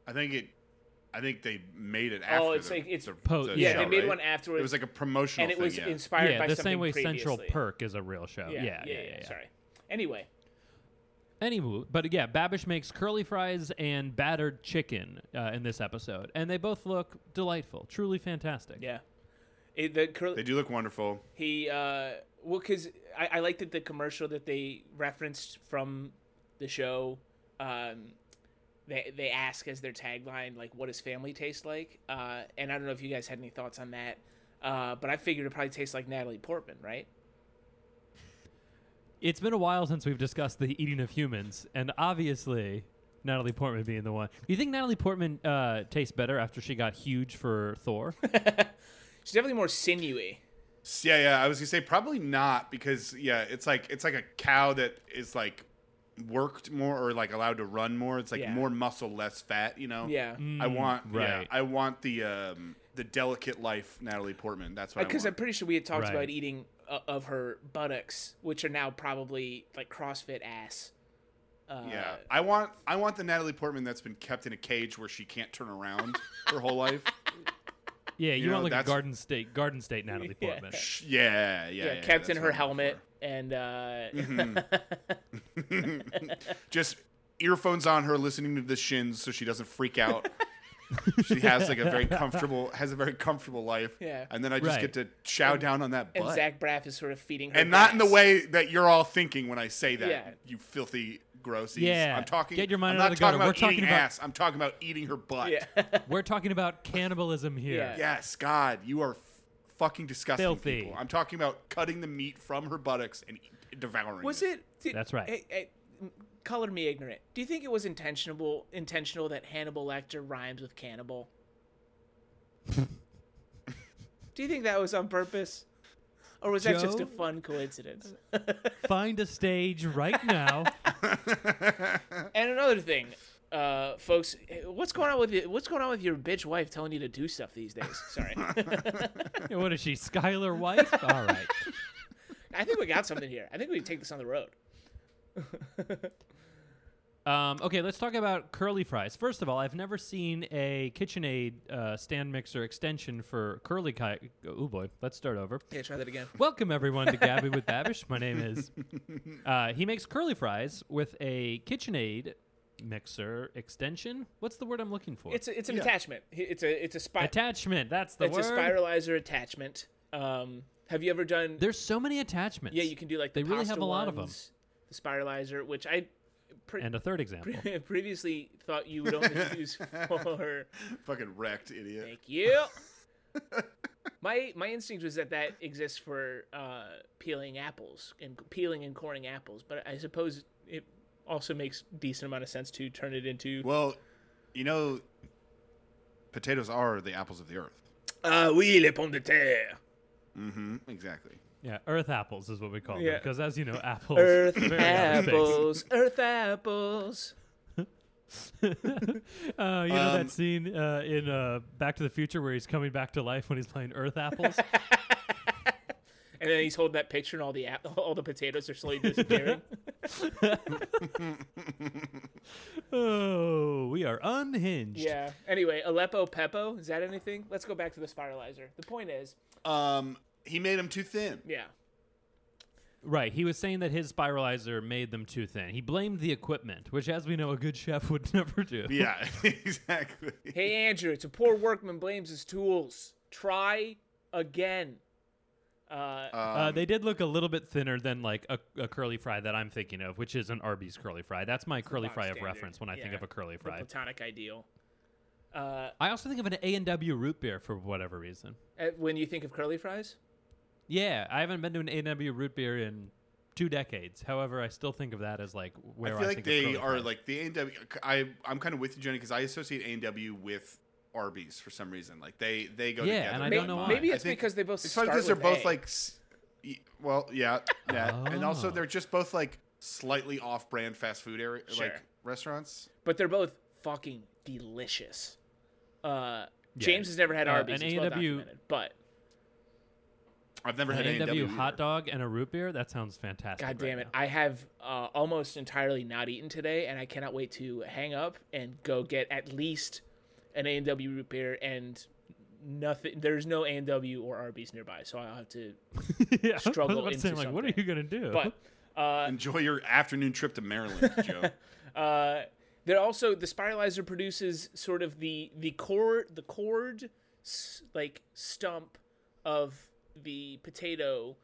[SPEAKER 2] i think it i think they made it after
[SPEAKER 3] Oh, it's
[SPEAKER 2] the-
[SPEAKER 3] like- it's-
[SPEAKER 2] the-
[SPEAKER 1] Po-
[SPEAKER 2] the
[SPEAKER 3] Yeah,
[SPEAKER 1] Yeah,
[SPEAKER 3] they made
[SPEAKER 2] right?
[SPEAKER 3] one
[SPEAKER 2] it
[SPEAKER 3] afterwards.
[SPEAKER 2] was like a promotional
[SPEAKER 3] and it
[SPEAKER 2] thing,
[SPEAKER 3] was
[SPEAKER 2] yeah.
[SPEAKER 3] inspired by
[SPEAKER 1] yeah, the
[SPEAKER 3] something
[SPEAKER 1] same way Central
[SPEAKER 3] previously.
[SPEAKER 1] Perk is a real show. Oh, Yeah, yeah, yeah.
[SPEAKER 3] Sorry. Anyway,
[SPEAKER 1] Anywho, but yeah, Babish makes curly fries and battered chicken uh, in this episode, and they both look delightful, truly fantastic.
[SPEAKER 3] yeah, it, the curl,
[SPEAKER 2] they do look wonderful
[SPEAKER 3] he uh, well, because I, I liked that the commercial that they referenced from the show, um, they they ask as their tagline like, "What does family taste like?" Uh, and I don't know if you guys had any thoughts on that, uh, but I figured it probably tastes like Natalie Portman, right?
[SPEAKER 1] It's been a while since we've discussed the eating of humans, and obviously Natalie Portman being the one. You think Natalie Portman uh, tastes better after she got huge for Thor?
[SPEAKER 3] She's definitely more sinewy.
[SPEAKER 2] S- yeah yeah i was gonna say probably not because yeah it's like it's like a cow that is like worked more or like allowed to run more it's like
[SPEAKER 3] Yeah.
[SPEAKER 2] more muscle less fat you know
[SPEAKER 3] Yeah.
[SPEAKER 2] i
[SPEAKER 1] Mm,
[SPEAKER 2] want yeah,
[SPEAKER 1] right.
[SPEAKER 2] i want the um the delicate life natalie portman that's what i
[SPEAKER 3] because
[SPEAKER 2] want
[SPEAKER 3] I'm pretty sure we had talked
[SPEAKER 1] Right.
[SPEAKER 3] about eating uh, of her buttocks, which are now probably like CrossFit ass. Uh,
[SPEAKER 2] Yeah, I want I want the Natalie Portman that's been kept in a cage where she can't turn around her whole life.
[SPEAKER 1] Yeah, you,
[SPEAKER 2] You know,
[SPEAKER 1] want like a
[SPEAKER 2] that's-
[SPEAKER 1] Garden State, Garden State Natalie
[SPEAKER 3] Yeah.
[SPEAKER 1] Portman.
[SPEAKER 2] Sh- Yeah, yeah,
[SPEAKER 3] yeah,
[SPEAKER 2] yeah,
[SPEAKER 3] kept in
[SPEAKER 2] that's
[SPEAKER 3] her
[SPEAKER 2] what I'm
[SPEAKER 3] helmet
[SPEAKER 2] looking
[SPEAKER 3] and uh,
[SPEAKER 2] for. Just earphones on her, listening to the Shins, so she doesn't freak out. she has like a very comfortable has a very comfortable life.
[SPEAKER 3] Yeah.
[SPEAKER 2] and then I just
[SPEAKER 1] Right.
[SPEAKER 2] get to chow down on that
[SPEAKER 3] and
[SPEAKER 2] butt,
[SPEAKER 3] Zach Braff is sort of feeding her,
[SPEAKER 2] and not in the
[SPEAKER 3] grass.
[SPEAKER 2] way that you're all thinking when I say that.
[SPEAKER 3] Yeah.
[SPEAKER 2] You filthy grossies.
[SPEAKER 1] Yeah,
[SPEAKER 2] I'm talking.
[SPEAKER 1] get your mind
[SPEAKER 2] I'm
[SPEAKER 1] out
[SPEAKER 2] not
[SPEAKER 1] of the gutter.
[SPEAKER 2] talking about
[SPEAKER 1] We're talking
[SPEAKER 2] eating
[SPEAKER 1] about-
[SPEAKER 2] ass. I'm talking about eating her butt.
[SPEAKER 3] Yeah,
[SPEAKER 1] We're talking about cannibalism here.
[SPEAKER 3] Yeah.
[SPEAKER 2] Yes, God, you are f- fucking disgusting.
[SPEAKER 1] Filthy.
[SPEAKER 2] People. I'm talking about cutting the meat from her buttocks and e- devouring.
[SPEAKER 3] was
[SPEAKER 2] it.
[SPEAKER 3] it? did-
[SPEAKER 1] That's right.
[SPEAKER 3] eh, eh, m- color me ignorant. Do you think it was intentional intentional that Hannibal Lecter rhymes with cannibal? Do you think that was on purpose, or was that just a
[SPEAKER 1] Joe?
[SPEAKER 3] fun coincidence?
[SPEAKER 1] Find a stage right now. Uh,
[SPEAKER 3] And another thing, uh, folks, what's going on with you? What's going on with your bitch wife telling you to do stuff these days? Sorry,
[SPEAKER 1] Yeah, what is she, Skylar White? All right.
[SPEAKER 3] I think we got something here. I think we can take this on the road.
[SPEAKER 1] Um, okay, let's talk about curly fries. First of all, I've never seen a KitchenAid uh, stand mixer extension for curly. Ki- oh boy, let's start over.
[SPEAKER 3] Yeah, try that again.
[SPEAKER 1] Welcome everyone to Gabby with Babish. My name is. Uh, he makes curly fries with a KitchenAid mixer extension. What's the word I'm looking for?
[SPEAKER 3] It's a, it's an
[SPEAKER 2] Yeah.
[SPEAKER 3] attachment. It's a it's a spiral.
[SPEAKER 1] attachment. That's the
[SPEAKER 3] it's
[SPEAKER 1] word.
[SPEAKER 3] a spiralizer attachment. Um, have you ever done?
[SPEAKER 1] There's so many attachments.
[SPEAKER 3] yeah, you can do like the
[SPEAKER 1] They really
[SPEAKER 3] pasta
[SPEAKER 1] have a lot of 'em.
[SPEAKER 3] ones, The spiralizer, which I pre-
[SPEAKER 1] And a third example.
[SPEAKER 3] previously thought you would only use for.
[SPEAKER 2] Fucking wrecked, idiot.
[SPEAKER 3] Thank you. my my instinct was that that exists for uh, peeling apples and peeling and coring apples, but I suppose it also makes decent amount of sense to turn it into.
[SPEAKER 2] Well, you know, potatoes are the apples of the earth.
[SPEAKER 3] Ah oui, les pommes de terre.
[SPEAKER 2] Mm-hmm. Exactly.
[SPEAKER 1] Yeah, earth apples is what we call them
[SPEAKER 3] Yeah.
[SPEAKER 1] because, as you know, apples.
[SPEAKER 3] Earth
[SPEAKER 1] very not fixed.
[SPEAKER 3] apples, earth apples.
[SPEAKER 1] uh, you know
[SPEAKER 2] Um,
[SPEAKER 1] that scene uh, in uh, Back to the Future where he's coming back to life when he's playing Earth apples.
[SPEAKER 3] And then he's holding that picture, and all the ap- all the potatoes are slowly disappearing.
[SPEAKER 1] oh, we are unhinged.
[SPEAKER 3] yeah. Anyway, Aleppo Peppo is that anything? Let's go back to the spiralizer. The point is,
[SPEAKER 2] Um, he made them too thin.
[SPEAKER 3] yeah,
[SPEAKER 1] Right. He was saying that his spiralizer made them too thin. He blamed the equipment, which, as we know, a good chef would never do.
[SPEAKER 2] Yeah, exactly.
[SPEAKER 3] Hey, Andrew, it's a poor workman blames his tools. Try again. Uh,
[SPEAKER 2] Um,
[SPEAKER 1] Uh, they did look a little bit thinner than like a, a curly fry that I'm thinking of, which is an Arby's curly fry. That's my curly
[SPEAKER 3] bog
[SPEAKER 1] fry of
[SPEAKER 3] standard,
[SPEAKER 1] reference when I think
[SPEAKER 3] yeah.
[SPEAKER 1] of a curly
[SPEAKER 3] the
[SPEAKER 1] fry.
[SPEAKER 3] platonic ideal. Uh,
[SPEAKER 1] I also think of an A and W root beer for whatever reason.
[SPEAKER 3] uh, when you think of curly fries,
[SPEAKER 1] Yeah, I haven't been to an A and W root beer in two decades. However, I still think of that as like
[SPEAKER 2] I
[SPEAKER 1] where I,
[SPEAKER 2] feel like
[SPEAKER 1] think
[SPEAKER 2] they
[SPEAKER 1] of curly
[SPEAKER 2] are
[SPEAKER 1] fries.
[SPEAKER 2] like the A and W. I I'm kind of with you, Jenny, because I associate A and W with Arby's for some reason. Like they they go
[SPEAKER 1] Yeah,
[SPEAKER 2] together.
[SPEAKER 1] and I
[SPEAKER 2] in
[SPEAKER 3] May-
[SPEAKER 1] don't
[SPEAKER 2] my
[SPEAKER 1] know why.
[SPEAKER 2] mind.
[SPEAKER 3] maybe
[SPEAKER 2] I
[SPEAKER 3] it's
[SPEAKER 2] think-
[SPEAKER 3] because they both
[SPEAKER 2] it's probably
[SPEAKER 3] start
[SPEAKER 2] because they're
[SPEAKER 3] with
[SPEAKER 2] both
[SPEAKER 3] A.
[SPEAKER 2] like, s- y- well, yeah, that, and also
[SPEAKER 1] Oh.
[SPEAKER 2] they're just both like slightly off-brand fast food area like
[SPEAKER 3] Sure.
[SPEAKER 2] restaurants.
[SPEAKER 3] but they're both fucking delicious. Uh,
[SPEAKER 1] Yeah.
[SPEAKER 3] James has never had
[SPEAKER 1] Uh,
[SPEAKER 3] Arby's,
[SPEAKER 1] an
[SPEAKER 3] it's well
[SPEAKER 1] A&W
[SPEAKER 3] documented, but
[SPEAKER 2] I've never had
[SPEAKER 1] an A
[SPEAKER 2] A
[SPEAKER 1] and W hot
[SPEAKER 2] either.
[SPEAKER 1] dog and a root beer. That sounds fantastic.
[SPEAKER 3] god damn
[SPEAKER 1] right
[SPEAKER 3] it, I have uh, almost entirely not eaten today, and I cannot wait to hang up and go get at least an A and W root beer and nothing. There's no A and W or Arby's nearby, so I'll have to.
[SPEAKER 1] now. yeah,
[SPEAKER 3] struggle
[SPEAKER 1] I was about to say,
[SPEAKER 3] into
[SPEAKER 1] like, what are you
[SPEAKER 3] something.
[SPEAKER 1] gonna do?
[SPEAKER 3] But uh,
[SPEAKER 2] Enjoy your afternoon trip to Maryland, Joe.
[SPEAKER 3] uh, there also the spiralizer produces sort of the the cord the cord s- like stump of the potato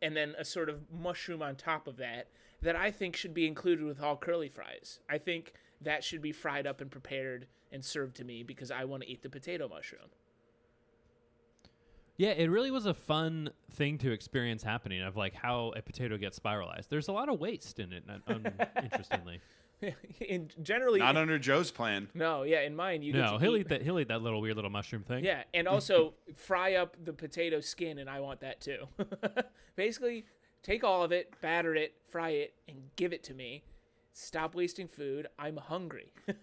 [SPEAKER 3] and then a sort of mushroom on top of that that I think should be included with all curly fries. I think that should be fried up and prepared and served to me because I want to eat the potato mushroom.
[SPEAKER 1] Yeah, it really was a fun thing to experience happening of like how a potato gets spiralized. There's a lot of waste in it, not- um, interestingly.
[SPEAKER 3] in generally
[SPEAKER 2] Not under Joe's plan.
[SPEAKER 3] No, yeah, in mine you get
[SPEAKER 1] No,
[SPEAKER 3] to
[SPEAKER 1] he'll
[SPEAKER 3] eat-
[SPEAKER 1] eat that. He'll eat that little weird little mushroom thing.
[SPEAKER 3] Yeah, and also fry up the potato skin, and I want that too. Basically, take all of it, batter it, fry it, and give it to me. Stop wasting food. I'm hungry.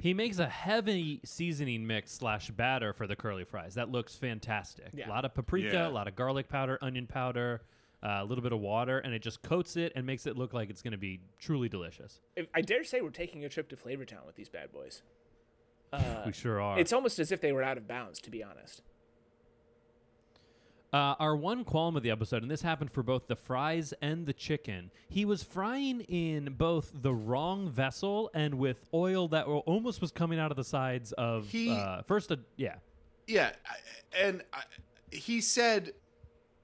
[SPEAKER 1] He makes a heavy seasoning mix slash batter for the curly fries. That looks fantastic.
[SPEAKER 3] Yeah.
[SPEAKER 1] A lot of paprika, a
[SPEAKER 2] Yeah.
[SPEAKER 1] lot of garlic powder, onion powder, uh, a little bit of water, and it just coats it and makes it look like it's going to be truly delicious.
[SPEAKER 3] If- I dare say we're taking a trip to Flavortown with these bad boys.
[SPEAKER 1] we sure are.
[SPEAKER 3] It's almost as if they were out of bounds, to be honest.
[SPEAKER 1] Uh, our one qualm of the episode, and this happened for both the fries and the chicken, he was frying in both the wrong vessel and with oil that wa- almost was coming out of the sides of
[SPEAKER 2] He-
[SPEAKER 1] uh, first. A, yeah,
[SPEAKER 2] Yeah, I- and I, he said,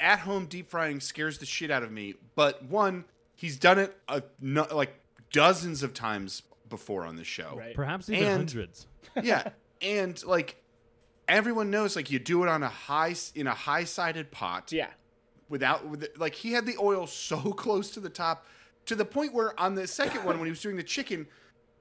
[SPEAKER 2] "At home deep frying scares the shit out of me." But one, he's done it a, no, like dozens of times before on the show.
[SPEAKER 3] Right.
[SPEAKER 1] perhaps even
[SPEAKER 2] And-
[SPEAKER 1] hundreds.
[SPEAKER 2] yeah, and like everyone knows, like you do it on a high s- in a high sided pot.
[SPEAKER 3] Yeah.
[SPEAKER 2] without with it- like he had the oil so close to the top to the point where on the second one when he was doing the chicken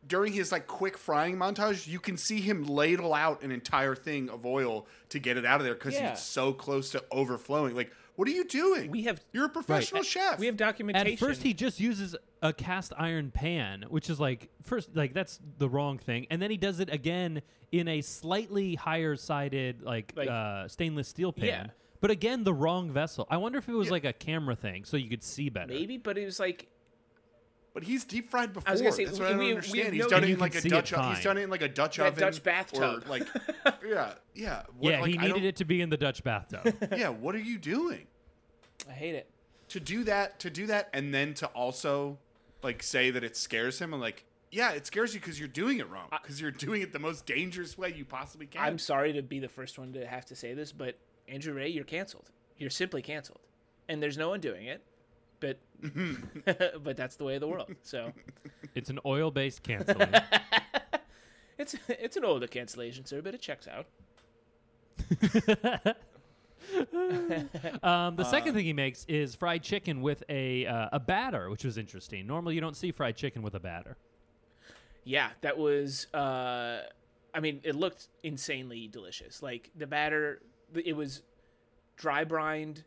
[SPEAKER 2] during his like quick frying montage you can see him ladle out an entire thing of oil to get it out of there because
[SPEAKER 3] Yeah.
[SPEAKER 2] he's so close to overflowing like What are you doing?
[SPEAKER 3] We have
[SPEAKER 2] You're a professional
[SPEAKER 1] At-
[SPEAKER 2] chef.
[SPEAKER 3] we have documentation.
[SPEAKER 1] At first, he just uses a cast iron pan, which is like first, like that's the wrong thing, and then he does it again in a slightly higher sided, like,
[SPEAKER 3] Like-
[SPEAKER 1] uh, stainless steel pan.
[SPEAKER 3] Yeah.
[SPEAKER 1] But again, the wrong vessel. I wonder if it was
[SPEAKER 2] Yeah.
[SPEAKER 1] like a camera thing, so you could see better.
[SPEAKER 3] maybe, but it was like
[SPEAKER 2] but he's deep fried before.
[SPEAKER 3] was gonna say,
[SPEAKER 2] That's what I
[SPEAKER 3] we-
[SPEAKER 2] don't
[SPEAKER 3] we- we have
[SPEAKER 2] understand. He's
[SPEAKER 3] no-
[SPEAKER 2] done
[SPEAKER 1] And
[SPEAKER 2] it
[SPEAKER 1] you
[SPEAKER 2] in like
[SPEAKER 1] can
[SPEAKER 2] a
[SPEAKER 1] see it
[SPEAKER 2] Dutch. o-
[SPEAKER 1] fine.
[SPEAKER 2] He's done it in like a Dutch
[SPEAKER 3] That
[SPEAKER 2] oven,
[SPEAKER 3] Dutch
[SPEAKER 2] or
[SPEAKER 3] bathtub.
[SPEAKER 2] like yeah, yeah. What,
[SPEAKER 1] Yeah,
[SPEAKER 2] like,
[SPEAKER 1] he
[SPEAKER 2] I
[SPEAKER 1] needed
[SPEAKER 2] don't-
[SPEAKER 1] it to be in the Dutch bathtub.
[SPEAKER 2] Yeah, what are you doing?
[SPEAKER 3] I hate it.
[SPEAKER 2] to do that to do that and then to also like say that it scares him and like yeah it scares you because you're doing it wrong because you're doing it the most dangerous way you possibly can
[SPEAKER 3] I'm sorry to be the first one to have to say this, but Andrew Ray, you're canceled. You're simply canceled, and there's no one doing it. But but that's the way of the world. So
[SPEAKER 1] it's an oil-based canceling.
[SPEAKER 3] it's it's an older cancellation, sir, but it checks out.
[SPEAKER 1] um, the
[SPEAKER 2] Uh.
[SPEAKER 1] second thing he makes is fried chicken with a uh, a batter, which was interesting. Normally, you don't see fried chicken with a batter.
[SPEAKER 3] Yeah, that was. Uh, I mean, it looked insanely delicious. Like the batter, it was dry brined,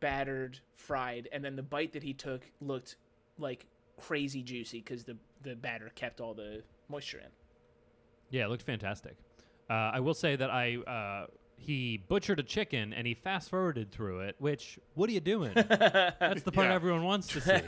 [SPEAKER 3] battered, fried, and then the bite that he took looked like crazy juicy because the the batter kept all the moisture in.
[SPEAKER 1] Yeah, it looked fantastic. Uh, I will say that I uh, he butchered a chicken and he fast forwarded through it. Which what are you doing? That's the part
[SPEAKER 2] Yeah.
[SPEAKER 1] everyone wants to see.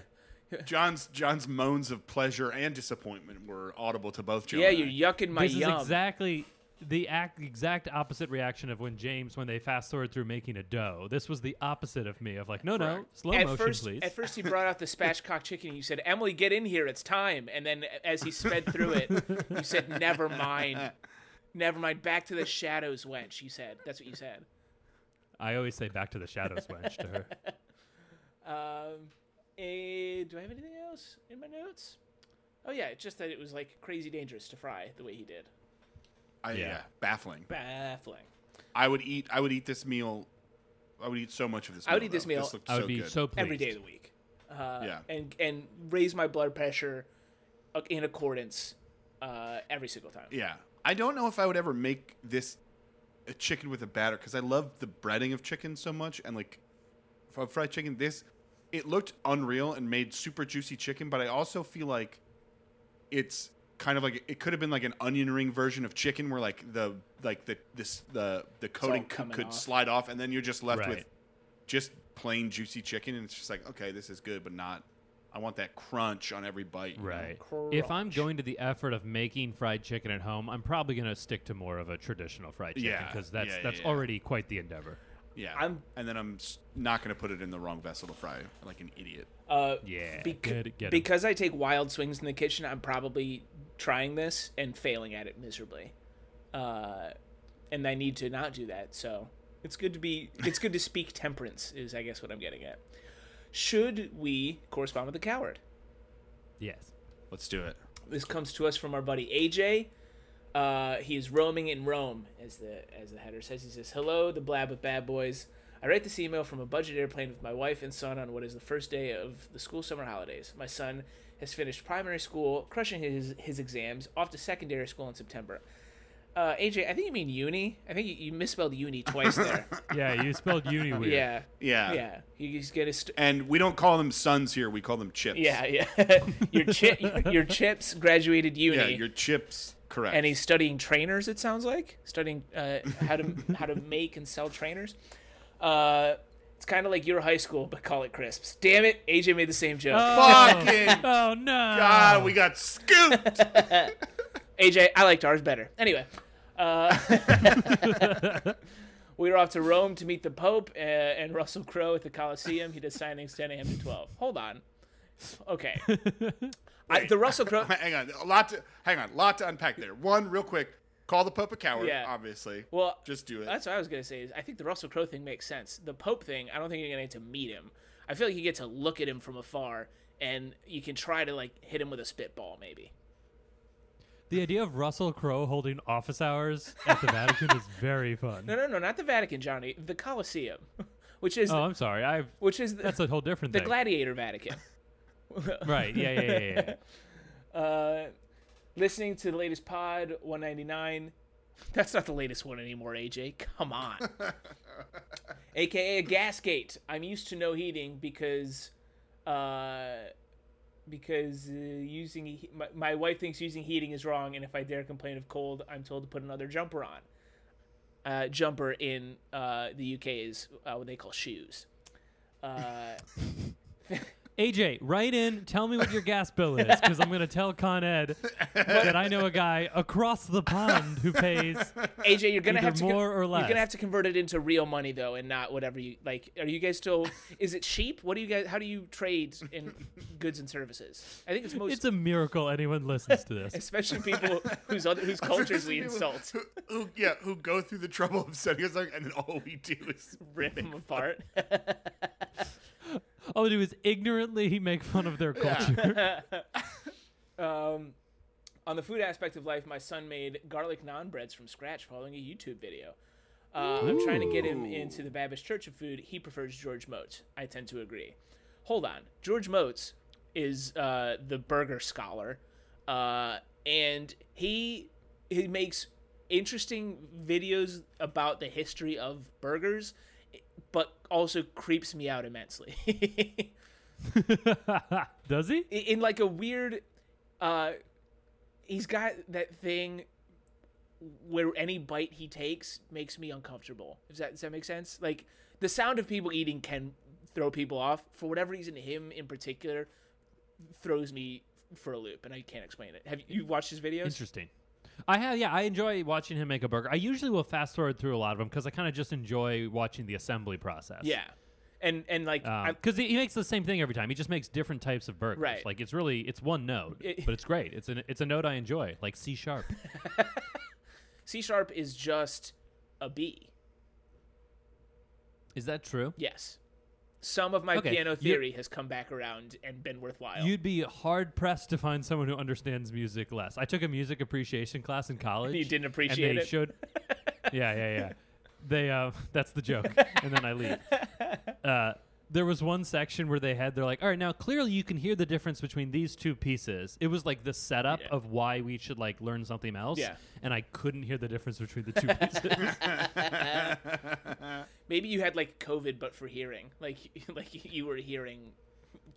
[SPEAKER 2] john's john's moans of pleasure and disappointment were audible to both Joe
[SPEAKER 3] yeah,
[SPEAKER 2] and
[SPEAKER 3] you're
[SPEAKER 2] I.
[SPEAKER 3] yucking my
[SPEAKER 1] this
[SPEAKER 3] yum.
[SPEAKER 1] is exactly the act, exact opposite reaction of when James when they fast forward through making a dough. This was the opposite of me of like no no
[SPEAKER 2] Correct.
[SPEAKER 1] slow
[SPEAKER 3] at
[SPEAKER 1] motion
[SPEAKER 3] first,
[SPEAKER 1] please.
[SPEAKER 3] at first he brought out the spatchcock chicken. and You said, "Emily, get in here. It's time." And then, as he sped through it, you said, "Never mind, never mind. Back to the shadows, wench." You said, "That's what you said."
[SPEAKER 1] I always say back to the shadows wench to her.
[SPEAKER 3] Um, eh, do I have anything else in my notes? Oh yeah, it's just that it was like crazy dangerous to fry the way he did.
[SPEAKER 2] I- yeah.
[SPEAKER 1] Yeah.
[SPEAKER 2] baffling
[SPEAKER 3] Baffling.
[SPEAKER 2] i would eat i would eat this meal i would eat so much of this
[SPEAKER 3] I would
[SPEAKER 2] meal,
[SPEAKER 3] eat this
[SPEAKER 2] though.
[SPEAKER 3] meal.
[SPEAKER 2] this looked
[SPEAKER 1] I would
[SPEAKER 2] so
[SPEAKER 1] be
[SPEAKER 2] good.
[SPEAKER 1] so pleased.
[SPEAKER 3] every day of the week. Uh,
[SPEAKER 2] Yeah.
[SPEAKER 3] And and raise my blood pressure uh, in accordance uh, every single time.
[SPEAKER 2] yeah i don't know if i would ever make this a chicken with a batter because i love the breading of chicken so much and like fr- fried chicken this it looked unreal and made super juicy chicken but i also feel like it's kind of like it could have been like an onion ring version of chicken where like the like the this the the coating could,
[SPEAKER 3] coming
[SPEAKER 2] could
[SPEAKER 3] off.
[SPEAKER 2] slide off and then you're just left with
[SPEAKER 1] Right.
[SPEAKER 2] just plain juicy chicken and it's just like okay this is good but not i want that crunch on every bite you know?
[SPEAKER 1] Right. If I'm
[SPEAKER 3] Crunch.
[SPEAKER 1] going to the effort of making fried chicken at home, I'm probably going to stick to more of a traditional fried chicken
[SPEAKER 2] Yeah,
[SPEAKER 1] because that's
[SPEAKER 2] yeah, yeah,
[SPEAKER 1] that's
[SPEAKER 2] yeah.
[SPEAKER 1] already quite the endeavor.
[SPEAKER 2] yeah
[SPEAKER 3] I'm-
[SPEAKER 2] and then i'm s- not going to put it in the wrong vessel to fry like an idiot
[SPEAKER 3] Uh,
[SPEAKER 1] Yeah,
[SPEAKER 3] bec-
[SPEAKER 1] good- get 'em.
[SPEAKER 3] because I take wild swings in the kitchen, I'm probably trying this and failing at it miserably. Uh, and I need to not do that. So it's good to be. It's good to speak temperance. Is I guess what I'm getting at. Should we correspond with the coward?
[SPEAKER 1] Yes.
[SPEAKER 2] let's do it
[SPEAKER 3] This comes to us from our buddy AJ. Uh, he is roaming in Rome, as the as the header says. He says, "Hello, the blab of bad boys. I write this email from a budget airplane with my wife and son on what is the first day of the school summer holidays. My son has finished primary school, crushing his his exams, off to secondary school in September. Uh, AJ, I think you mean uni. I think you, you misspelled uni twice there.
[SPEAKER 1] Yeah, you spelled uni weird.
[SPEAKER 3] yeah,
[SPEAKER 2] yeah
[SPEAKER 3] yeah. He- He's gonna st-
[SPEAKER 2] and we don't call them sons here we call them chips
[SPEAKER 3] yeah, yeah. your chip, your chips graduated uni.
[SPEAKER 2] yeah your chips correct
[SPEAKER 3] and he's studying trainers. It sounds like studying uh, how to how to make and sell trainers. Uh, it's kind of like your high school, but call it crisps. Damn it, AJ made the same joke.
[SPEAKER 2] Uh, fucking
[SPEAKER 1] Oh no.
[SPEAKER 2] God, we got scooped.
[SPEAKER 3] AJ, I liked ours better. Anyway, uh, we were off to Rome to meet the Pope uh, and Russell Crowe at the Colosseum. He does signings 10 a.m. to 12. Hold on. Okay. I, the Russell Crowe.
[SPEAKER 2] hang on, a lot to hang on, a lot to unpack there. One, real quick, call the Pope a coward.
[SPEAKER 3] Yeah.
[SPEAKER 2] obviously.
[SPEAKER 3] Well,
[SPEAKER 2] just do it.
[SPEAKER 3] That's what I was gonna say. Is I think the Russell Crowe thing makes sense. The Pope thing, I don't think you're gonna get to meet him. I feel like you get to look at him from afar, and you can try to like hit him with a spitball, maybe.
[SPEAKER 1] The idea of Russell Crowe holding office hours at the Vatican is very fun.
[SPEAKER 3] No, no, no, not the Vatican, Johnny. The Colosseum, which is
[SPEAKER 1] Oh, I'm sorry. I've
[SPEAKER 3] which is
[SPEAKER 1] that's
[SPEAKER 3] the,
[SPEAKER 1] a whole different
[SPEAKER 3] the
[SPEAKER 1] thing.
[SPEAKER 3] Gladiator Vatican.
[SPEAKER 1] right. Yeah, yeah, yeah, yeah, yeah.
[SPEAKER 3] Uh, listening to the latest pod 199 That's not the latest one anymore, AJ. Come on. AKA a gasgate. I'm used to no heating because, uh, because uh, using he- my, my wife thinks using heating is wrong, and if I dare complain of cold, I'm told to put another jumper on. Uh, jumper in uh, the UK is uh, what they call shoes. Uh,
[SPEAKER 1] AJ, write in. Tell me what your gas bill is, because I'm going to tell Con Ed that I know a guy across the pond who pays.
[SPEAKER 3] AJ, you're gonna
[SPEAKER 1] Either
[SPEAKER 3] have to con-
[SPEAKER 1] more or
[SPEAKER 3] You're
[SPEAKER 1] less.
[SPEAKER 3] gonna have to convert it into real money though, and not whatever you like. Are you guys still? is it cheap? What do you guys? How do you trade in goods and services? I think it's most,
[SPEAKER 1] It's a miracle anyone listens to this.
[SPEAKER 3] especially people whose other whose cultures we insult,
[SPEAKER 2] Who, who- yeah, who go through the trouble of setting us up, and then all we do is
[SPEAKER 3] rip them apart.
[SPEAKER 1] All we do is ignorantly make fun of their culture.
[SPEAKER 3] um, on the food aspect of life, my son made garlic naan breads from scratch following a YouTube video. Uh, I'm trying to get him into the Babish Church of Food. He prefers George Moats. I tend to agree. Hold on. George Moats is uh, the burger scholar, uh, and he he makes interesting videos about the history of burgers, but also creeps me out immensely.
[SPEAKER 1] Does he?
[SPEAKER 3] i- in like a weird uh he's got that thing where any bite he takes makes me uncomfortable. Does that does that make sense? Like the sound of people eating can throw people off. For whatever reason, him in particular throws me for a loop, and I can't explain it. Have you, you watched his videos?
[SPEAKER 1] Interesting. I have, yeah, I enjoy watching him make a burger. I usually will fast forward through a lot of them because I kind of just enjoy watching the assembly process.
[SPEAKER 3] Yeah, and and like I,
[SPEAKER 1] because he, he makes the same thing every time. He just makes different types of burgers.
[SPEAKER 3] Right.
[SPEAKER 1] Like it's really it's one note,
[SPEAKER 3] It-
[SPEAKER 1] but it's great. It's an it's a note I enjoy, like C sharp.
[SPEAKER 3] C sharp is just a B.
[SPEAKER 1] Is that true?
[SPEAKER 3] Yes, some of my
[SPEAKER 1] Okay,
[SPEAKER 3] piano
[SPEAKER 1] you-
[SPEAKER 3] theory has come back around and been worthwhile.
[SPEAKER 1] You'd be hard pressed to find someone who understands music less. I took a music appreciation class in college.
[SPEAKER 3] You didn't appreciate
[SPEAKER 1] and they
[SPEAKER 3] it?
[SPEAKER 1] Showed, yeah, yeah, yeah. They uh, that's the joke, and then I leave. Uh, there was one section where they had they're like, all right, now clearly you can hear the difference between these two pieces. It was like the setup
[SPEAKER 3] Yeah.
[SPEAKER 1] of why we should like learn something else.
[SPEAKER 3] Yeah.
[SPEAKER 1] and I couldn't hear the difference between the two pieces.
[SPEAKER 3] Maybe you had like COVID, but for hearing, like like you were hearing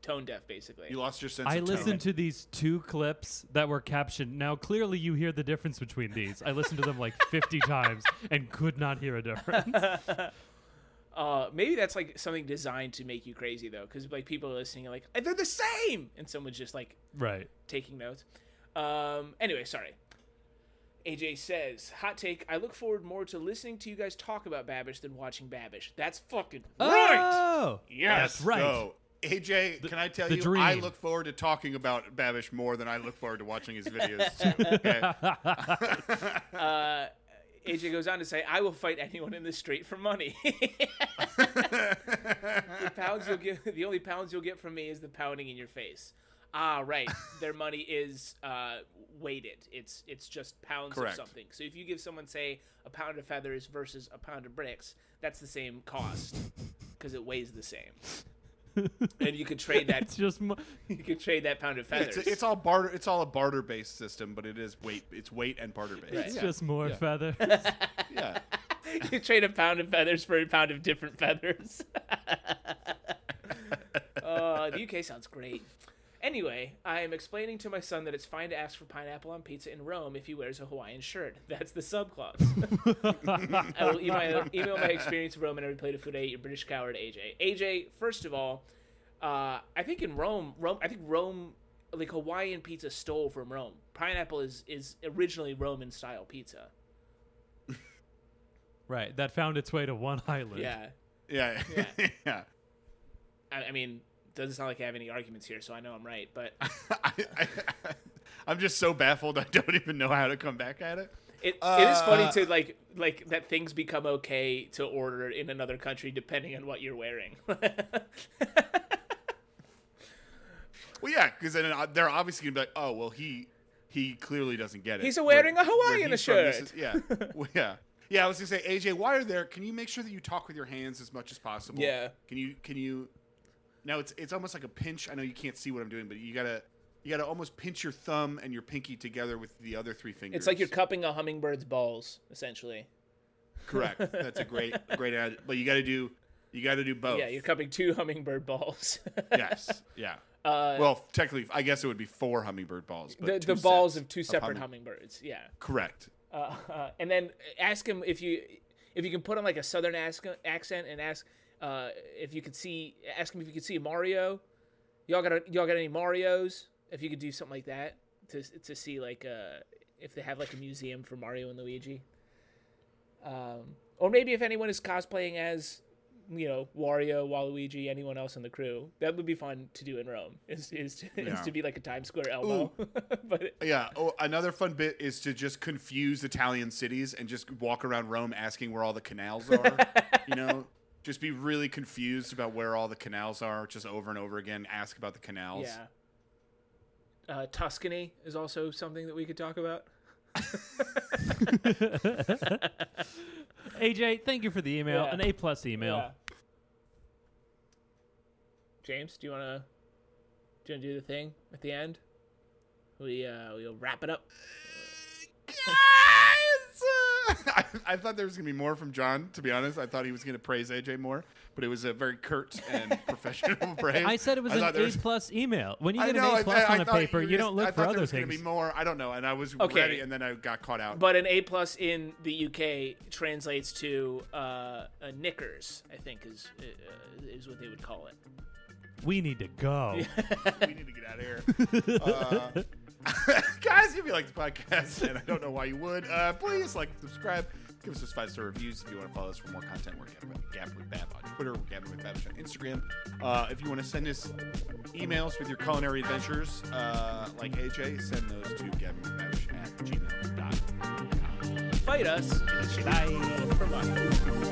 [SPEAKER 3] tone deaf, basically.
[SPEAKER 2] You lost your sense.
[SPEAKER 1] I
[SPEAKER 2] of tone.
[SPEAKER 1] listened to these two clips that were captioned. Now clearly you hear the difference between these. I listened to them like 50 times and could not hear a difference.
[SPEAKER 3] Uh, maybe that's like something designed to make you crazy though, because like people are listening, and like they're the same, and someone's just like
[SPEAKER 1] Right.
[SPEAKER 3] taking notes. Um, anyway, sorry. AJ says, "Hot take: I look forward more to listening to you guys talk about Babish than watching Babish. That's fucking right.
[SPEAKER 1] Oh,
[SPEAKER 2] Yes,
[SPEAKER 1] That's right.
[SPEAKER 2] go. AJ, can I tell
[SPEAKER 1] the
[SPEAKER 2] you,
[SPEAKER 1] dream.
[SPEAKER 2] I look forward to talking about Babish more than I look forward to watching his videos too. Okay?
[SPEAKER 3] AJ goes on to say, "I will fight anyone in this street for money." the pounds you'll get, the only pounds you'll get from me is the pounding in your face. Ah, right. Their money is uh, weighted. It's it's just pounds
[SPEAKER 2] Correct.
[SPEAKER 3] of something. So if you give someone, say, a pound of feathers versus a pound of bricks, that's the same cost because it weighs the same. and you could trade that.
[SPEAKER 1] It's just mo-
[SPEAKER 3] You could trade that pound of feathers.
[SPEAKER 2] It's, it's all barter. It's all a barter based system, but it is weight. It's weight and barter based.
[SPEAKER 1] it's
[SPEAKER 2] Yeah.
[SPEAKER 1] just more
[SPEAKER 2] yeah.
[SPEAKER 1] feather.
[SPEAKER 2] yeah.
[SPEAKER 3] you trade a pound of feathers for a pound of different feathers. uh, the UK sounds great. Anyway, I am explaining to my son that it's fine to ask for pineapple on pizza in Rome if he wears a Hawaiian shirt. That's the subclause. I will email, email my experience of Rome and every plate of food I ate. Your British coward, AJ. AJ, first of all, uh, I think in Rome, Rome, I think Rome, like Hawaiian pizza, stole from Rome. Pineapple is is originally Roman style pizza.
[SPEAKER 1] right. That found its way to one island.
[SPEAKER 3] Yeah.
[SPEAKER 2] Yeah.
[SPEAKER 3] Yeah.
[SPEAKER 2] yeah.
[SPEAKER 3] I, I mean, doesn't sound like I have any arguments here, so I know I'm right. But
[SPEAKER 2] I, I, I'm just so baffled. I don't even know how to come back at it.
[SPEAKER 3] it, it is funny
[SPEAKER 2] Uh,
[SPEAKER 3] to like like that things become okay to order in another country depending on what you're wearing.
[SPEAKER 2] Well, yeah, because then uh, they're obviously gonna be like, oh, well, he he clearly doesn't get it.
[SPEAKER 3] He's wearing a Hawaiian
[SPEAKER 2] he's from, this is-
[SPEAKER 3] shirt.
[SPEAKER 2] yeah, Well, yeah, yeah. I was gonna say, AJ, while you're there, can you make sure that you talk with your hands as much as possible?
[SPEAKER 3] Yeah.
[SPEAKER 2] Can you can you? Now it's it's almost like a pinch. I know you can't see what I'm doing, but you gotta You got to almost pinch your thumb and your pinky together with the other three fingers.
[SPEAKER 3] It's like you're cupping a hummingbird's balls, essentially.
[SPEAKER 2] correct. That's a great, great ad. But you got to do, you got to do both.
[SPEAKER 3] Yeah, you're cupping two hummingbird balls.
[SPEAKER 2] yes. Yeah.
[SPEAKER 3] uh,
[SPEAKER 2] Well, technically, I guess it would be four hummingbird balls.
[SPEAKER 3] the,
[SPEAKER 2] But
[SPEAKER 3] the
[SPEAKER 2] two
[SPEAKER 3] balls
[SPEAKER 2] sets
[SPEAKER 3] of two separate
[SPEAKER 2] humming-
[SPEAKER 3] hummingbirds. Yeah.
[SPEAKER 2] Correct.
[SPEAKER 3] Uh, and then ask him if you if you can put on like a southern ask, accent and ask uh, if you could see ask him if you could see Mario. Y'all got a, y'all got any Mario's? If you could do something like that to to see like uh, if they have like a museum for Mario and Luigi. Um, or maybe if anyone is cosplaying as you know Wario, Waluigi, anyone else in the crew, that would be fun to do in Rome. Is is to, is
[SPEAKER 2] Yeah.
[SPEAKER 3] to be like a Times Square elbow, but
[SPEAKER 2] Yeah. Oh, another fun bit is to just confuse Italian cities and just walk around Rome asking where all the canals are. you know, just be really confused about where all the canals are, just over and over again. Ask about the canals.
[SPEAKER 3] Yeah. Uh, Tuscany is also something that we could talk about.
[SPEAKER 1] AJ, thank you for the email.
[SPEAKER 3] Yeah.
[SPEAKER 1] An A plus email.
[SPEAKER 3] James, do you wanna do you wanna do the thing at the end? We uh we'll wrap it up.
[SPEAKER 2] Yes! I, I thought there was gonna be more from John. To be honest, I thought he was gonna praise AJ more, but it was a very curt and professional praise.
[SPEAKER 1] I said it was
[SPEAKER 2] I thought
[SPEAKER 1] an
[SPEAKER 2] there
[SPEAKER 1] A plus email. When you
[SPEAKER 2] I
[SPEAKER 1] get
[SPEAKER 2] know.
[SPEAKER 1] an
[SPEAKER 2] I-
[SPEAKER 1] A plus
[SPEAKER 2] I- I
[SPEAKER 1] on a
[SPEAKER 2] thought
[SPEAKER 1] paper,
[SPEAKER 2] were
[SPEAKER 1] you don't
[SPEAKER 2] just-
[SPEAKER 1] look
[SPEAKER 2] I
[SPEAKER 1] for
[SPEAKER 2] thought
[SPEAKER 1] other
[SPEAKER 2] there was
[SPEAKER 1] things.
[SPEAKER 2] Gonna be more. I don't know, and I was
[SPEAKER 3] Okay.
[SPEAKER 2] ready, and then I got caught out.
[SPEAKER 3] But an A plus in the UK translates to uh, uh knickers, I think is uh, is what they would call it.
[SPEAKER 1] we need to go.
[SPEAKER 2] we need to get out of here. Uh, guys, if you like the podcast, and I don't know why you would, uh, please like, subscribe, give us those five star reviews. If you want to follow us for more content, we're Gavin, Gavin with Bab on Twitter, we're Gavin with Bab on Instagram. Uh, if you want to send us emails with your culinary adventures, uh, like AJ, send those to Gavin with Babish at gmail.com.
[SPEAKER 3] Fight us. Bye.